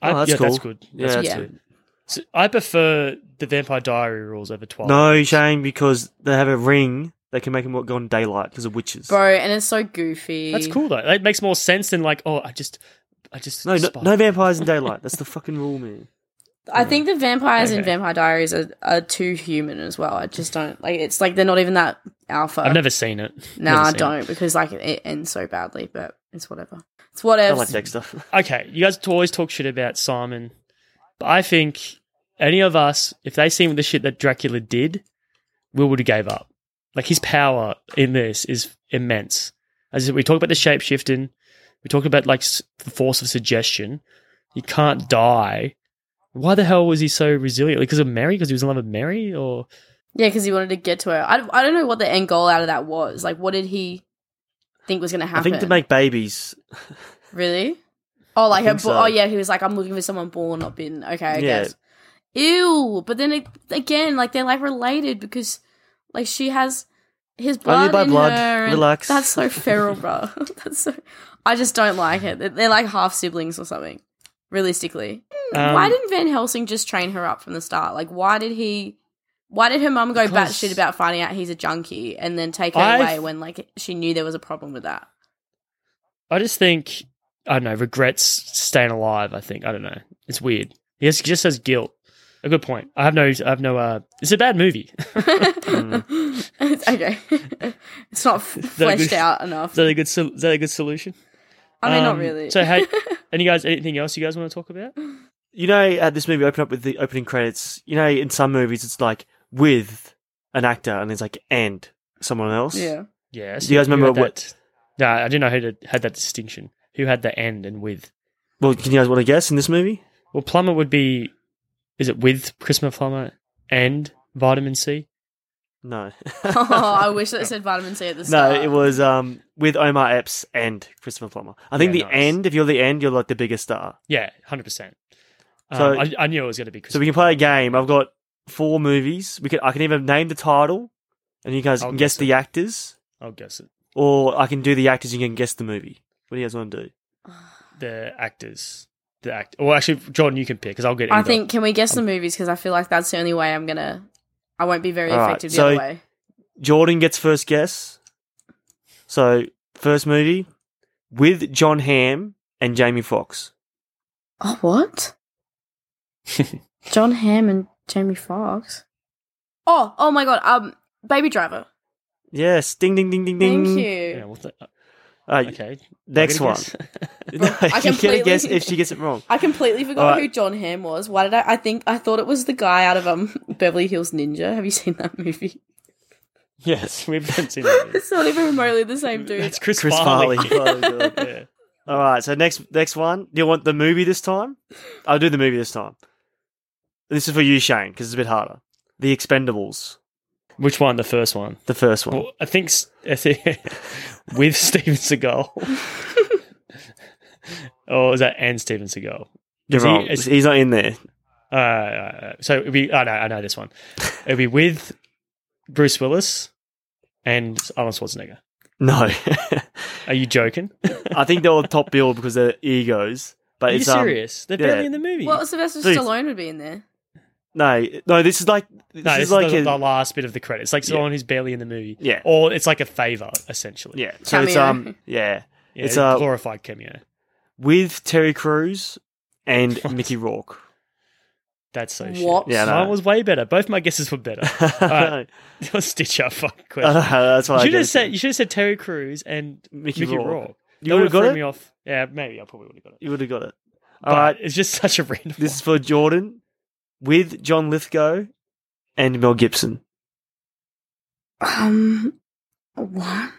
I- Oh, that's yeah, that's cool. good. That's Yeah. good Yeah. too. So I prefer the Vampire Diary rules over Twilight. No, Shane, because they have a ring. They can make them go on daylight because of witches. Bro, and it's so goofy. that's cool though. That makes more sense than like, oh, I just, I just no, no, spiked. no vampires in daylight. That's the fucking rule, man. I think the vampires in Okay. Vampire Diaries are, are too human as well. I just don't like. It's like they're not even that alpha. I've never seen it. no, Never I seen it. don't because like it, it ends so badly. But it's whatever. It's whatever. I like Dexter. okay, you guys always talk shit about Simon, but I think any of us, if they seen the shit that Dracula did, we would have gave up. Like his power in this is immense. As I said, we talk about the shapeshifting, we talk about like s- the force of suggestion. You can't die. Why the hell was he so resilient? Because of Mary? Because he was in love with Mary? Or Yeah, because he wanted to get to her. I, I don't know what the end goal out of that was. Like, what did he think was going to I happen? think to make babies. Really? Oh, like her. think Bo- so. Oh, yeah. He was like, "I'm looking for someone born, not bitten." Okay, I Yeah. guess. Ew. But then it, again, like they're like related because, like, she has his blood by in blood. her. and Relax. That's so feral, bro. that's so. I just don't like it. They're- They're like half siblings or something. Realistically, Hmm, Um, why didn't Van Helsing just train her up from the start? Like, why did he? Why did her mum go Because- batshit about finding out he's a junkie and then take her I- away when like she knew there was a problem with that? I just think I don't know regrets staying alive. I think I don't know. It's weird. He, has, he just has guilt. A good point. I have no. I have no. Uh, it's a bad movie. Is okay. it's not f- fleshed good- out enough. that a good? sol- Is that a good solution? I mean, not Um, really. So, hey, any guys? Anything else you guys want to talk about? You know, uh, this movie opened up with the opening credits. You know, in some movies, it's like with an actor, and it's like and someone else. yeah. Yes. Do you guys who remember had what- that- No, I didn't know who had- had that distinction. Who had the and and with? Well, can you guys want to guess in this movie? Well, plumber would be. Is it with Christopher Plummer and vitamin C? No. Oh, I wish that it said vitamin C at the no, start. it was um with Omar Epps and Christopher Plummer. I think Yeah, the nice. end. If you're the end, you're like the biggest star. Yeah, hundred percent. So- So I, I knew it was going to be. Christopher So we can play a game. I've got four movies. We can. I can either name the title, and you guys I'll can guess guess the actors, I'll guess it. or I can do the actors. You can guess the movie. What do you guys want to do? The actors. The act. Well, actually, Jordan, you can pick because I'll get. I either. think, can we guess the movies? Because I feel like that's the only way I'm going to. I won't be very All right, effective the so- other way. Jordan gets first guess. So first movie with John Hamm and Jamie Foxx. Oh, what? John Hamm and Jamie Foxx. Oh, oh my god. Um, Baby Driver. Yes, ding ding ding ding ding. Thank you. Yeah, well, th- All right, okay. next I one. gotta guess. No, you gotta completely- guess if she gets it wrong. I completely All forgot right. who John Hamm was. Why did I? I think I thought it was the guy out of um Beverly Hills Ninja. Have you seen that movie? yes, we've been seen it. It's not even remotely the same dude. It's Chris, Chris Farley. Farley. Oh, God. yeah. All right, so next next one. Do you want the movie this time? I'll do the movie this time. This is for you, Shane, because it's a bit harder. The Expendables, Which one? The first one. the first one. Well, I think s- I think- with Steven Seagal. oh, is that and Steven Seagal? You're is he- wrong. is- He's not in there. Uh, uh, so it'd be. I know. I know this one. It'd be with Bruce Willis and Arnold Schwarzenegger. No, Are you joking? I think they're all top billed because they're egos. But Are you it's um, serious? They're yeah. barely in the movie. Well, Sylvester Dude. Stallone would be in there. no, no. This is like this, no, is, this is like the, a, the last bit of the credits. Like someone who's barely in the movie. Yeah. Or it's like a favor, essentially. yeah. So it's Cameo. um yeah, Yeah, It's, it's a uh, glorified cameo. with Terry Crews and Mickey Rourke. That's so shit. What? Yeah, I know. Mine was way better. Both my guesses were better. Alright. Your stitch up fucking question. That's why you I should gave it have to said you. you should have said Terry Crews and Mickey Mickey, Rourke. Rourke. You That would've would've got threw it? me off. Yeah, maybe I probably would have got it. You would have got it. But All right. it's just such a random. This is for Jordan with John Lithgow and Mel Gibson. Um, what?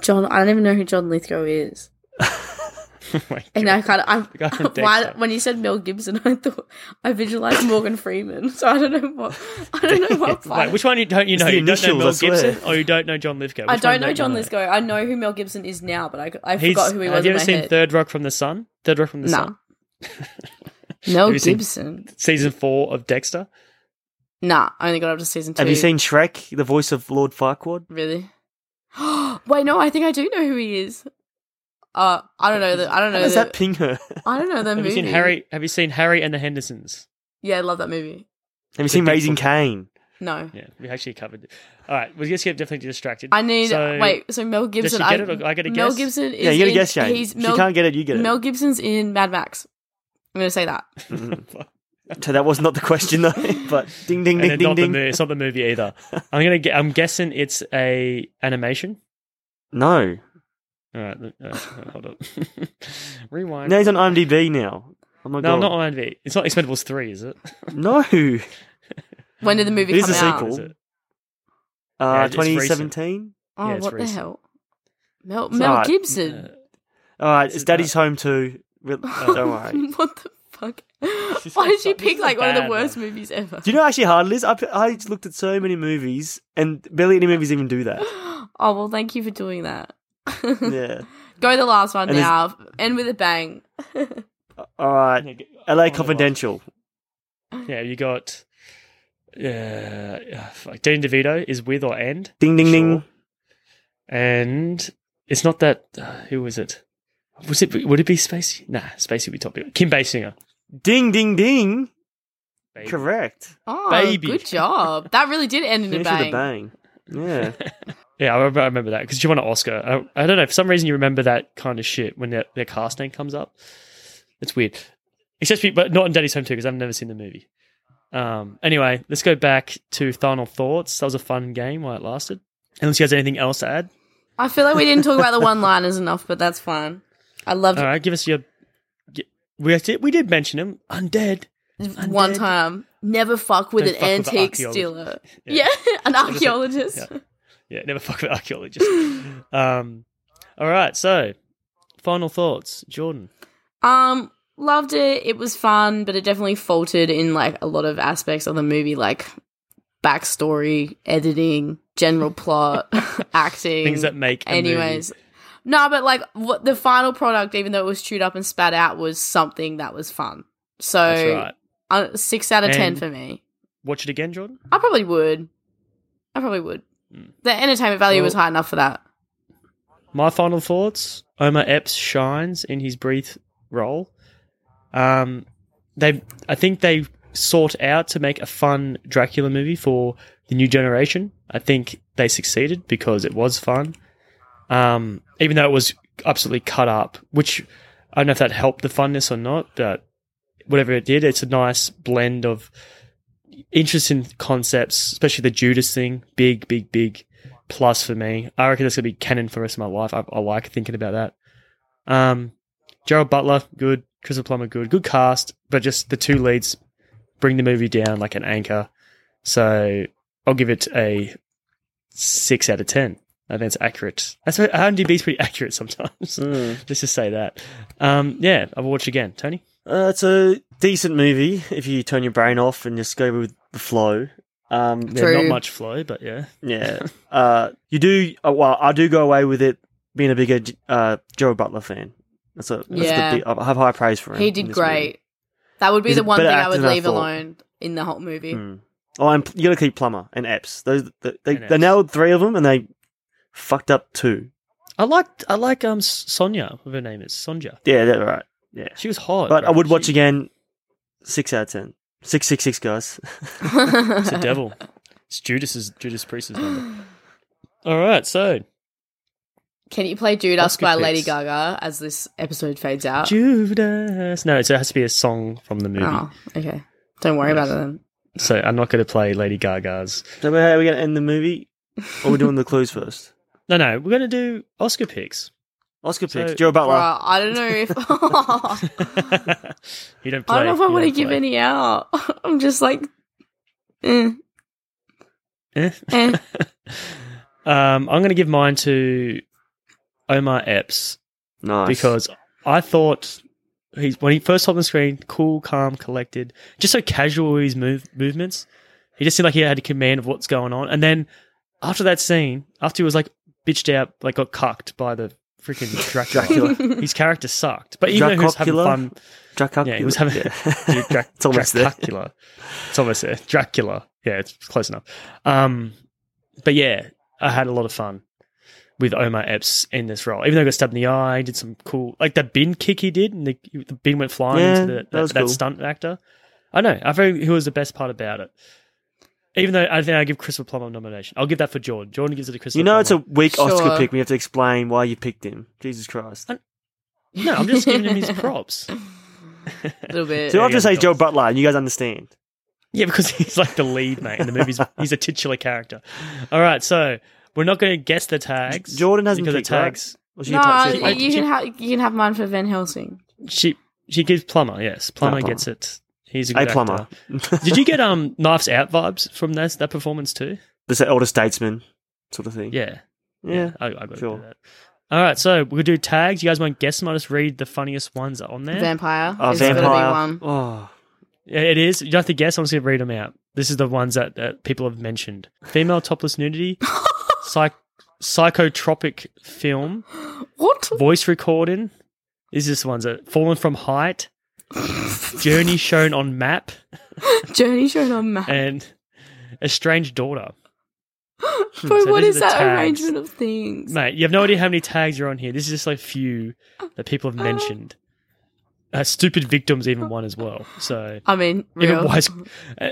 John, I don't even know who John Lithgow is, one. Oh my and God. I kind of guy I from why, Dexter. when you said Mel Gibson, I thought I visualized Morgan Freeman. So I don't know what I don't know what. part Wait, which one you don't you It's know? the You don't know initials, I Mel swear. Gibson, or you don't know John Lithgow? I Which one don't know you John Lithgow. I know who Mel Gibson is now, but I, I He's, forgot who he was. have you in ever my seen head. Third Rock from the Sun? Third Rock from the Nah. Sun, Mel Have you seen- Gibson. season four of Dexter. Nah, I only got up to season two. Have you seen Shrek, the voice of Lord Farquaad? Really? Wait, no. I think I do know who he is. Uh, I don't know. The, I don't How know. does The, that ping her? Have I don't know the Have movie. you seen Harry? Have you seen Harry and the Hendersons? Yeah, I love that movie. you seen big Raising book. Cain? No, Yeah, we actually covered. It. All right, we're just getting definitely distracted. I need. So- wait, so Mel she Gibson. get I, it, or I get a Mel guess? Gibson is. Yeah, you gotta in- guess, Shane. He's if Mel, you can't get it, you get Mel it. Gibson's in Mad Max. I'm gonna say that. So that was not the question though. but ding, ding, and then ding, ding, not the ding. movie. It's not the movie either. I'm gonna. Get, I'm guessing it's a animation. No, All right, look, uh, hold up. Rewind. now he's on IMDb now. Oh my no, I'm god! not on IMDb. It's not Expendables three, is it? no, uh, When did the movie It is come a out? sequel. Is it? Uh, it's recent. 2017. Oh, Yeah, it's what the recent. hell? Mel, It's Mel alright. Gibson. Uh, All right, it's Is it Daddy's Home too. Re- Oh, Don't worry. what the fuck? is Why did so- you this pick is a like one of the bad worst one. movies ever? Do you know how actually how hard it is? I, I looked at so many movies, and barely any movies even do that. Oh well, thank you for doing that. Yeah. Go the last one And there's- now. End with a bang. All right. Yeah, g- LA oh, Confidential. Yeah, you got. Uh, fuck. Dean DeVito is with or and, Ding ding ding. Sure. and it's not that. Uh, who was it? Was it? Would it be Spacey? Nah, Spacey would be top. Kim Basinger. Ding ding ding. Baby. Correct. Oh, Baby. good job. That really did end in a Finish bang. with a bang. Yeah. Yeah, I remember, I remember that because you won an Oscar. I, I don't know. For some reason, you remember that kind of shit when their, their cast name comes up. It's weird. Except, for, but not in Daddy's Home too, because I've never seen the movie. Um, anyway, let's go back to final thoughts. That was a fun game while it lasted. Unless you guys have anything else to add. I feel like we didn't talk about the one liners enough, but that's fine. I loved All right, give us your. gi- We did, we did mention him. Undead. it one Undead. time. Never fuck with Don't an fuck with an antique archaeologist. stealer. Yeah. Yeah, an archaeologist. Yeah. Yeah, never fuck with archaeologists. um, all right, so final thoughts, Jordan. Um, loved it. It was fun, but it definitely faltered in like a lot of aspects of the movie, like backstory, editing, general plot, acting, Things that make a movie. Anyways, no, but like what the final product, even though it was chewed up and spat out, was something that was fun. So That's right. uh, six out of ten And- for me. Watch it again, Jordan. I probably would. I probably would. The entertainment value was Hmm. Well- high enough for that. My final thoughts: Omar Epps shines in his breathe role. Um, they, I think they sought out to make a fun Dracula movie for the new generation. I think they succeeded because it was fun, um, even though it was absolutely cut up. Which I don't know if that helped the funness or not, but whatever it did, it's a nice blend of interesting concepts, especially the Judas thing. Big, big, big plus for me. I reckon that's gonna be canon for the rest of my life. I, I like thinking about that. Um, Gerald Butler, good. Chris Plummer, good. Good cast, but just the two leads bring the movie down like an anchor. So I'll give it a six out of ten. I think it's accurate. That's what IMDb's pretty accurate sometimes. Hmm. Let's just say that. Um, yeah, I'll watch again. Tony, Uh, it's a decent movie if you turn your brain off and just go with the flow. Um, yeah, not True. much flow, but yeah, yeah, uh, you do. Uh, well, I do go away with it being a bigger uh, Joe Butler fan. That's a that's Yeah. the big, I have high praise for him. He in did this movie. great. That would be He's the a one thing better I actor would than I leave thought. alone in the whole movie. Hmm. Oh, and you got to keep Plummer and Epps. Those the, Mm. they, And they Epps. nailed three of them and they fucked up two. I liked I like um S- Sonia. What her name is Sonja. Yeah, that's right. Yeah, She was hot, but I bro. would watch She- again. Six out of ten. Six six six guys. It's a devil. It's Judas's Judas Priest's number. All right, so Can you play Judas Oscar by picks. Lady Gaga as this episode fades out? Judas. No, so it has to be a song from the movie. oh, okay. Don't worry about it then. So I'm not going to play Lady Gaga's. So we're, we're gonna end the movie, or we're doing the clues first. No, no, we're going to do Oscar picks. Oscar So- picks Joe Butler. Bruh, I don't know if I you don't play. don't know if I you want to don't give play. any out. I'm just like, eh, Eh? eh. Um, I'm going to give mine to Omar Epps Nice. because I thought he's when he first hopped on the screen, cool, calm, collected, just so casual with his move, movements. He just seemed like he had a command of what's going on. And then after that scene, after he was like bitched out, like got cucked by the freaking Dracula, his character sucked. But even though he was having Dracocula? fun, Dracula. yeah, he was having Yeah. Drac- It's almost there. Dracula. It's almost there. Dracula. Yeah, it's close enough. Um, but yeah, I had a lot of fun with Omar Epps in this role. Even though he got stabbed in the eye, he did some cool, like that bin kick he did, and the, the bin went flying Yeah, into the, that that, was that cool. stunt actor. I know. I think he was the best part about it. Even though I think I give Christopher Plummer a nomination, I'll give that for Jordan. Jordan gives it to Christopher. You know, it's a Plummer. weak Sure. Oscar pick. We have to explain why you picked him. Jesus Christ. no. I'm just giving him his props. a little bit. So Yeah, I'll just yeah, say he Joe does. Butler, and you guys understand. Yeah, because he's like the lead, mate, in the movies. he's a titular character. All right, so we're not going to guess the tags. Jordan hasn't because picked, the tags. Or should you no, type- I- you can have you can have mine for Van Helsing. She she gives Plumber. Yes, Plumber Ah, Plummer. gets it. He's a A good plumber. actor. Did you get um Knives Out vibes from that that performance too? This elder statesman sort of thing. Yeah, Yeah. I, I got to sure. do that. All right, so we'll do tags. You guys want to guess them? I'll just read the funniest ones on there. Vampire. Oh, is vampire. Gonna be one. Oh, Yeah, it is. You don't have to guess. I'm just going to read them out. This is the ones that, that people have mentioned: female topless nudity, psych- psychotropic film, What? voice recording. These are just ones that fallen from height, journey shown on map, Journey shown on map. and estranged daughter. Bro, so what these is are the that tags. arrangement of things? Mate, you have no idea how many tags are on here. This is just like a few that people have mentioned. Uh, stupid victims even one as well. So I mean, even real. wise. uh,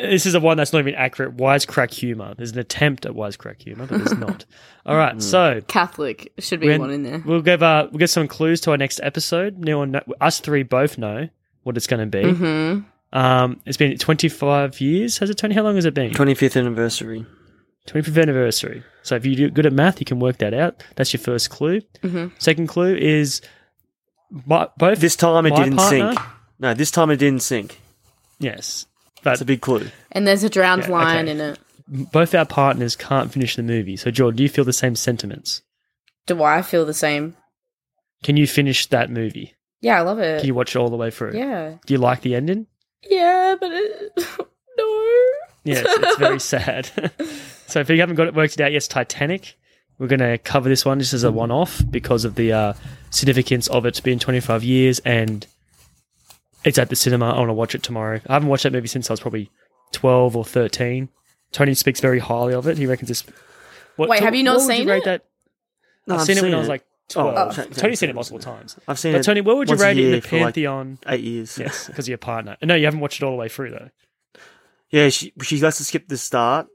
This is a one that's not even accurate. Wisecrack humor. There's an attempt at wisecrack humor, but there's not. All right, so Catholic should be When- one in there. We'll give uh, we'll get some clues to our next episode. Neil and us three both know what it's going to be. Mm-hmm. Um, it's been 25 years, has it, Tony? How long has it been? 25th anniversary. 25th anniversary. So if you do good at math, you can work that out. That's your first clue. Mm-hmm. Second clue is my, both This time it my didn't partner- sink. No, this time it didn't sink. Yes, That's a big clue. And there's a drowned Yeah, lion okay. in it. both our partners can't finish the movie. So, Joel, do you feel the same sentiments? Do I feel the same? Can you finish that movie? Yeah, I love it. Can you watch it all the way through? yeah. Do you like the ending? Yeah, but it, no. Yeah, it's, it's very sad. so if you haven't got it worked it out, yes, Titanic. We're going to cover this one just as a Mm-hmm. one-off because of the uh, significance of it being 25 years and it's at the cinema. I want to watch it tomorrow. I haven't watched that movie since I was probably 12 or 13. Tony speaks very highly of it. He reckons it's. What, Wait, have you not what would seen rate it? That? No, I've, seen, it when I was like 12. Oh, okay. Tony's seen it multiple times. I've seen But it. Tony, where would you once a rate it in year the for, like, pantheon? eight years. yes, because of your partner. No, you haven't watched it all the way through though. Yeah, she she likes to skip the start.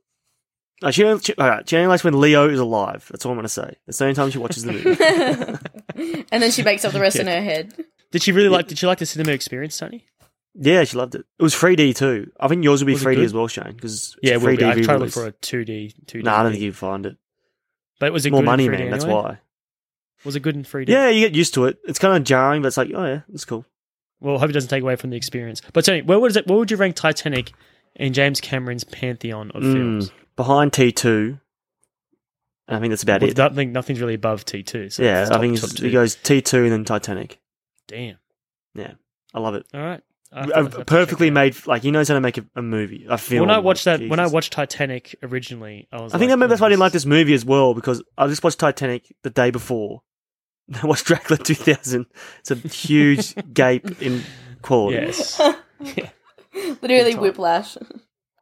Uh, she, only- she, all right, she only likes when Leo is alive. That's all I'm going to say. That's the only time she watches the movie. And then she bakes up the rest in her head. Did she really like? Did she like the cinema experience, Tony? yeah, she loved it. It was 3D too. I think yours will be Was it 3D good? as well, Shane. Because Yeah, it will 3D be. I've tried to look re-release. for a 2D, 2D. Nah, I don't movie. think you'd find it. But was it More good money, in 3D man. That's anyway? why. Was it good in 3D? Yeah, you get used to it. It's kind of jarring, but it's like, oh yeah, it's cool. Well, I hope it doesn't take away from the experience. But Tony, where was it? Where would you rank Titanic in James Cameron's pantheon of films? Mm. Behind T2, I think that's about Well, it. I think nothing's really above T2. So yeah, it's I top- think top it's, two. it goes T2 and then Titanic. Damn. I love it. All right. I have to- I A- have to check perfectly it out. made. Like he knows how to make a, a movie, a film. When I watched that, when I Jesus. watched Titanic originally, I was. I think like, that maybe that's why I didn't like this. this movie as well because I just watched Titanic the day before. I watched Dracula 2000. It's a huge gape in quality. Yes. Literally whiplash.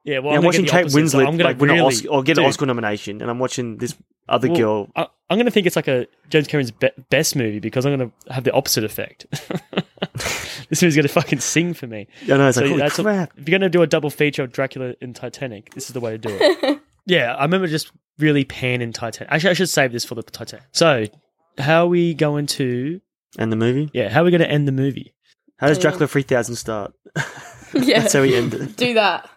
Yeah. Well, Yeah, I'm watching get the Kate opposite, so Winslet I'm gonna like win an really- Oscar, or get an Dude, Oscar nomination, and I'm watching this other Well, girl. I, I'm going to think it's like a James Cameron's be- best movie because I'm going to have the opposite effect. this movie's going to fucking sing for me. I know it's So like holy that's a- crap. if you're going to do a double feature of Dracula and Titanic, this is the way to do it. yeah, I remember just really panning Titanic. Actually, I should save this for the Titanic. So, how are we going to? and the movie. Yeah, how are we going to end the movie? How does Dracula 3000 start? yeah. That's how we end it. Do that.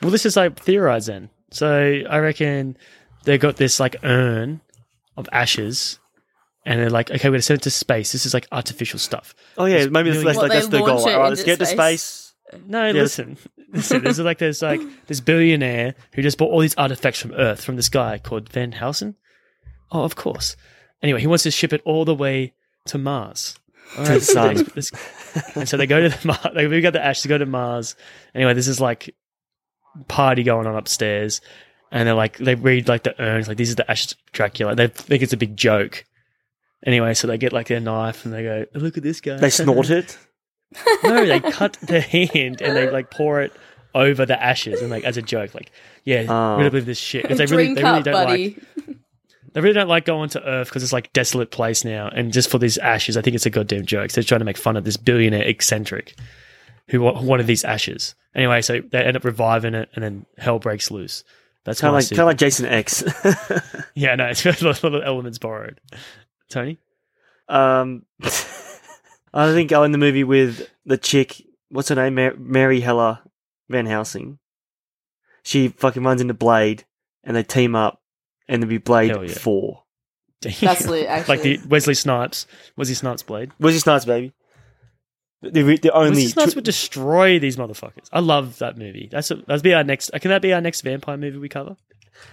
Well, this is like theorize then. So I reckon they got this like urn of ashes, and they're like, okay, we're going to send it to space. This is like artificial stuff. Oh yeah, maybe that's, Well, like, they that's the launch goal. it All right, let's into get to space. space. No, listen, listen. There's like this like this billionaire who just bought all these artifacts from Earth from this guy called Van Housen. Oh, of course. Anyway, he wants to ship it all the way to Mars. All right, the sun. this- and so they go to the Mars. Like, we got the ash to go to Mars. Anyway, this is like party going on upstairs, and they're like they read like the urns. Like these are the ashes of Dracula. They think it's a big joke. Anyway, so they get like their knife and they go, "Look at this guy." They snort it. No, they cut their hand and they like pour it over the ashes and like as a joke, like yeah, Oh. we don't believe this shit. 'Cause They really, Drink they really up, don't buddy. like they really don't like going to Earth because it's like desolate place now, and just for these ashes, I think it's a goddamn joke. So they're trying to make fun of this billionaire eccentric who wa- who wanted these ashes. Anyway, so they end up reviving it, and then hell breaks loose. That's Kind kind of like kind of like Jason X. yeah, no, it's got a lot of elements borrowed. Tony, Um, I think I'll end the movie with the chick. What's her name? Mar- Mary Heller Van Helsing. She fucking runs into Blade, and they team up, and it'll be Blade Hell yeah. Four. That's lit, actually. like the Wesley Snipes, Wesley Snipes blade. Where's your snipes, baby? The, re- the only Wesley Snipes tr- would destroy these motherfuckers. I love that movie. That's a, that'd be our next. Can that be our next vampire movie we cover?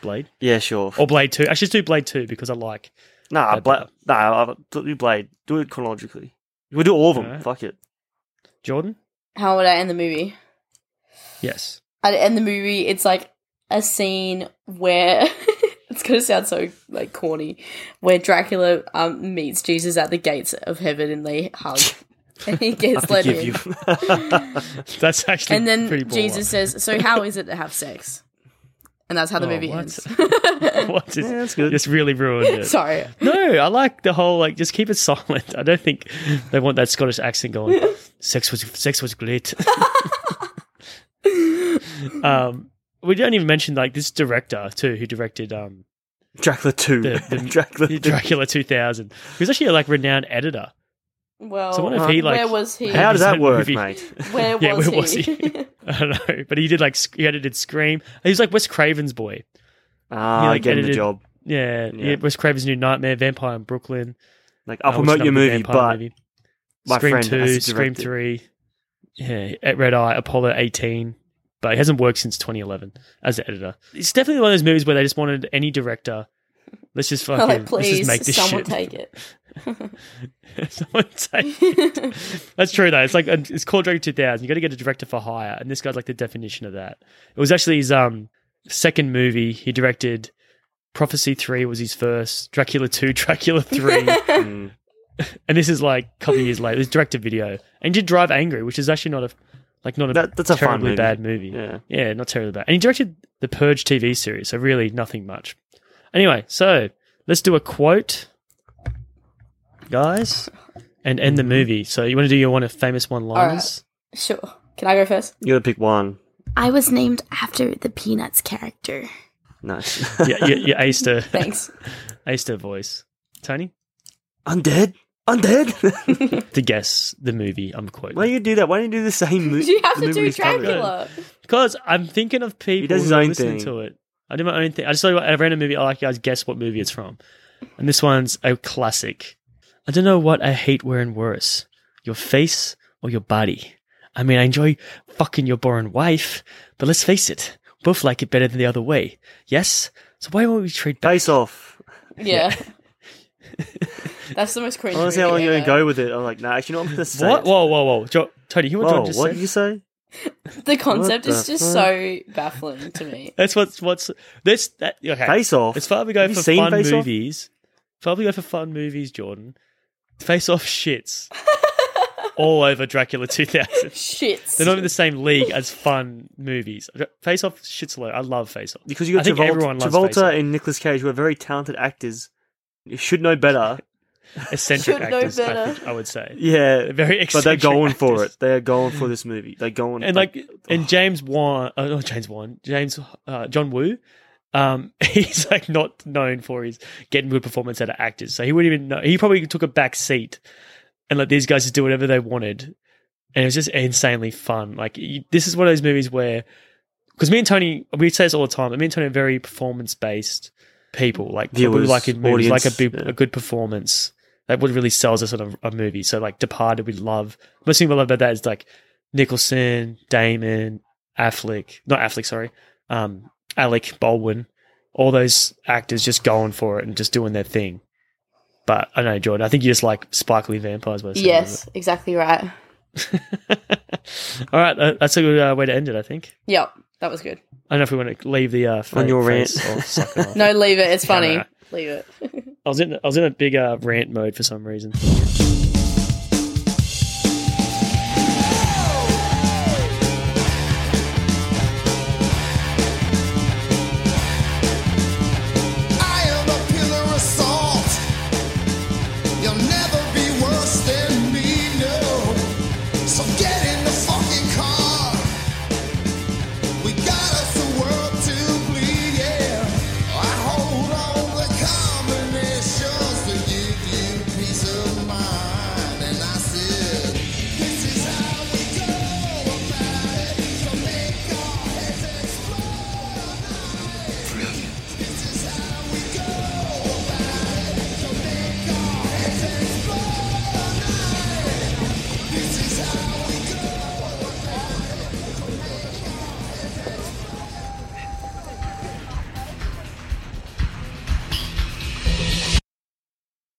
Blade yeah, sure. or Blade Two? Actually, let's do Blade Two because I like. nah, that- Bla- nah, I'll do Blade. Do it chronologically. We'll do all of them. Alright. Fuck it. Jordan? How would I end the movie? Yes. at the end of the movie, it's like a scene where it's gonna sound so like corny, where Dracula um meets Jesus at the gates of heaven and they hug, and he gets let Give in, you. That's actually pretty and then baller. Jesus says, "So how is it to have sex?" And that's how the Oh, movie what? ends. What is- Yeah, that's good. Just really ruined it. Sorry, No, I like the whole like just keep it silent. I don't think they want that Scottish accent going. sex was sex was great. um, we don't even mention like this director too, who directed um Dracula two. the- Dracula. 2. Dracula 2000. He was actually a like renowned editor Well, So what Uh-huh. if he like? where was he? How does that That work, movie. mate? where yeah, was where was he? he? I don't know, but he did like sc- he edited Scream. He was like Wes Craven's boy. Ah, like, getting the edited- job. Yeah, Yeah. yeah. Wes Craven's new Nightmare, Vampire in Brooklyn. Like, I'll uh, which is promote your another good movie, vampire but movie. my Scream friend has Two, to Scream direct it. Three, yeah, at Red Eye, Apollo eighteen, but he hasn't worked since 2011 as an editor. It's definitely one of those movies where they just wanted any director. Let's just fucking like, let's please, just make this someone shit. take it. someone take it. That's true though. It's like it's called Dragon Two Thousand. You got to get a director for hire, and this guy's like the definition of that. It was actually his um second movie he directed. Prophecy Three was his first. Dracula Two, Dracula Three, Mm. and this is like a couple of years later. It's direct to video, and he did Drive Angry, which is actually not a like not a That- that's a fun terribly movie. bad movie. Yeah. Yeah, not terribly bad. And he directed the Purge TV series, so really nothing much. Anyway, so let's do a quote, guys, and end the Mm-hmm. movie. So you want to do your one of famous one liners? Sure. Can I go first? You gotta pick one. I was named after the Peanuts character. Nice. Yeah, you, you aced her, Thanks. aced her voice. Tony, Undead? Undead? to guess the movie I'm quoting. Why do you do that? Why don't you do the same movie? you have to do Dracula? Because I'm thinking of people does his who are own listening thing. to it. I do my own thing. I just like I ran a movie. I like you guys guess what movie it's from, and this one's a classic. I don't know what I hate wearing worse, your face or your body. I mean, I enjoy fucking your boring wife, but let's face it, both like it better than the other way. Yes, so why won't we trade back? Face off. Yeah. That's the most cringe. I want to see how long you're gonna go with it. I'm like, nah, actually, you know what I'm gonna say? What? Whoa, whoa, whoa, jo- Tony, you want Whoa, to just what say? did you say? The concept What is the just fuck? so baffling to me. That's what's what's this that okay. Face off. It's far we go Have you for seen fun Face Off? movies. Far we go for fun movies, Jordan. Face Off shits all over Dracula 2000. Shits. They're not in the same league as fun movies. Face Off shits alone. I love Face Off. Because you I got think Travolta, everyone loves Face Off. Travolta and Nicolas Cage were very talented actors. You should know better. Eccentric Should know actors, I, better. think I would say. Yeah. Very But they're eccentric going for actors. it. They're going for this movie. They're going. and like and James Wan, uh, not James Wan, James uh, John Woo. Um, he's like not known for his getting good performance out of actors, so he wouldn't even know. He probably took a back seat and let these guys just do whatever they wanted, and it was just insanely fun. Like you, this is one of those movies where, because me and Tony, we say this all the time, but me and Tony are very performance based people. Like what we Viewers, like in movies, audience, like a big, yeah. a good performance. That what really sells us on a, a movie. So like Departed, we love. Most thing we love about that is like Nicholson, Damon, Affleck, not Affleck, sorry, um, Alec Baldwin, all those actors just going for it and just doing their thing. But I don't know, Jordan. I think you just like sparkly vampires. By the sound of yes, exactly right. it. all right, uh, that's a good uh, way to end it. I think. Yep, that was good. I don't know if we want to leave the uh, fa- On your face rant. or suck it off. No, leave it. It's funny. no. Leave it. I was in I was in a big uh, rant mode for some reason.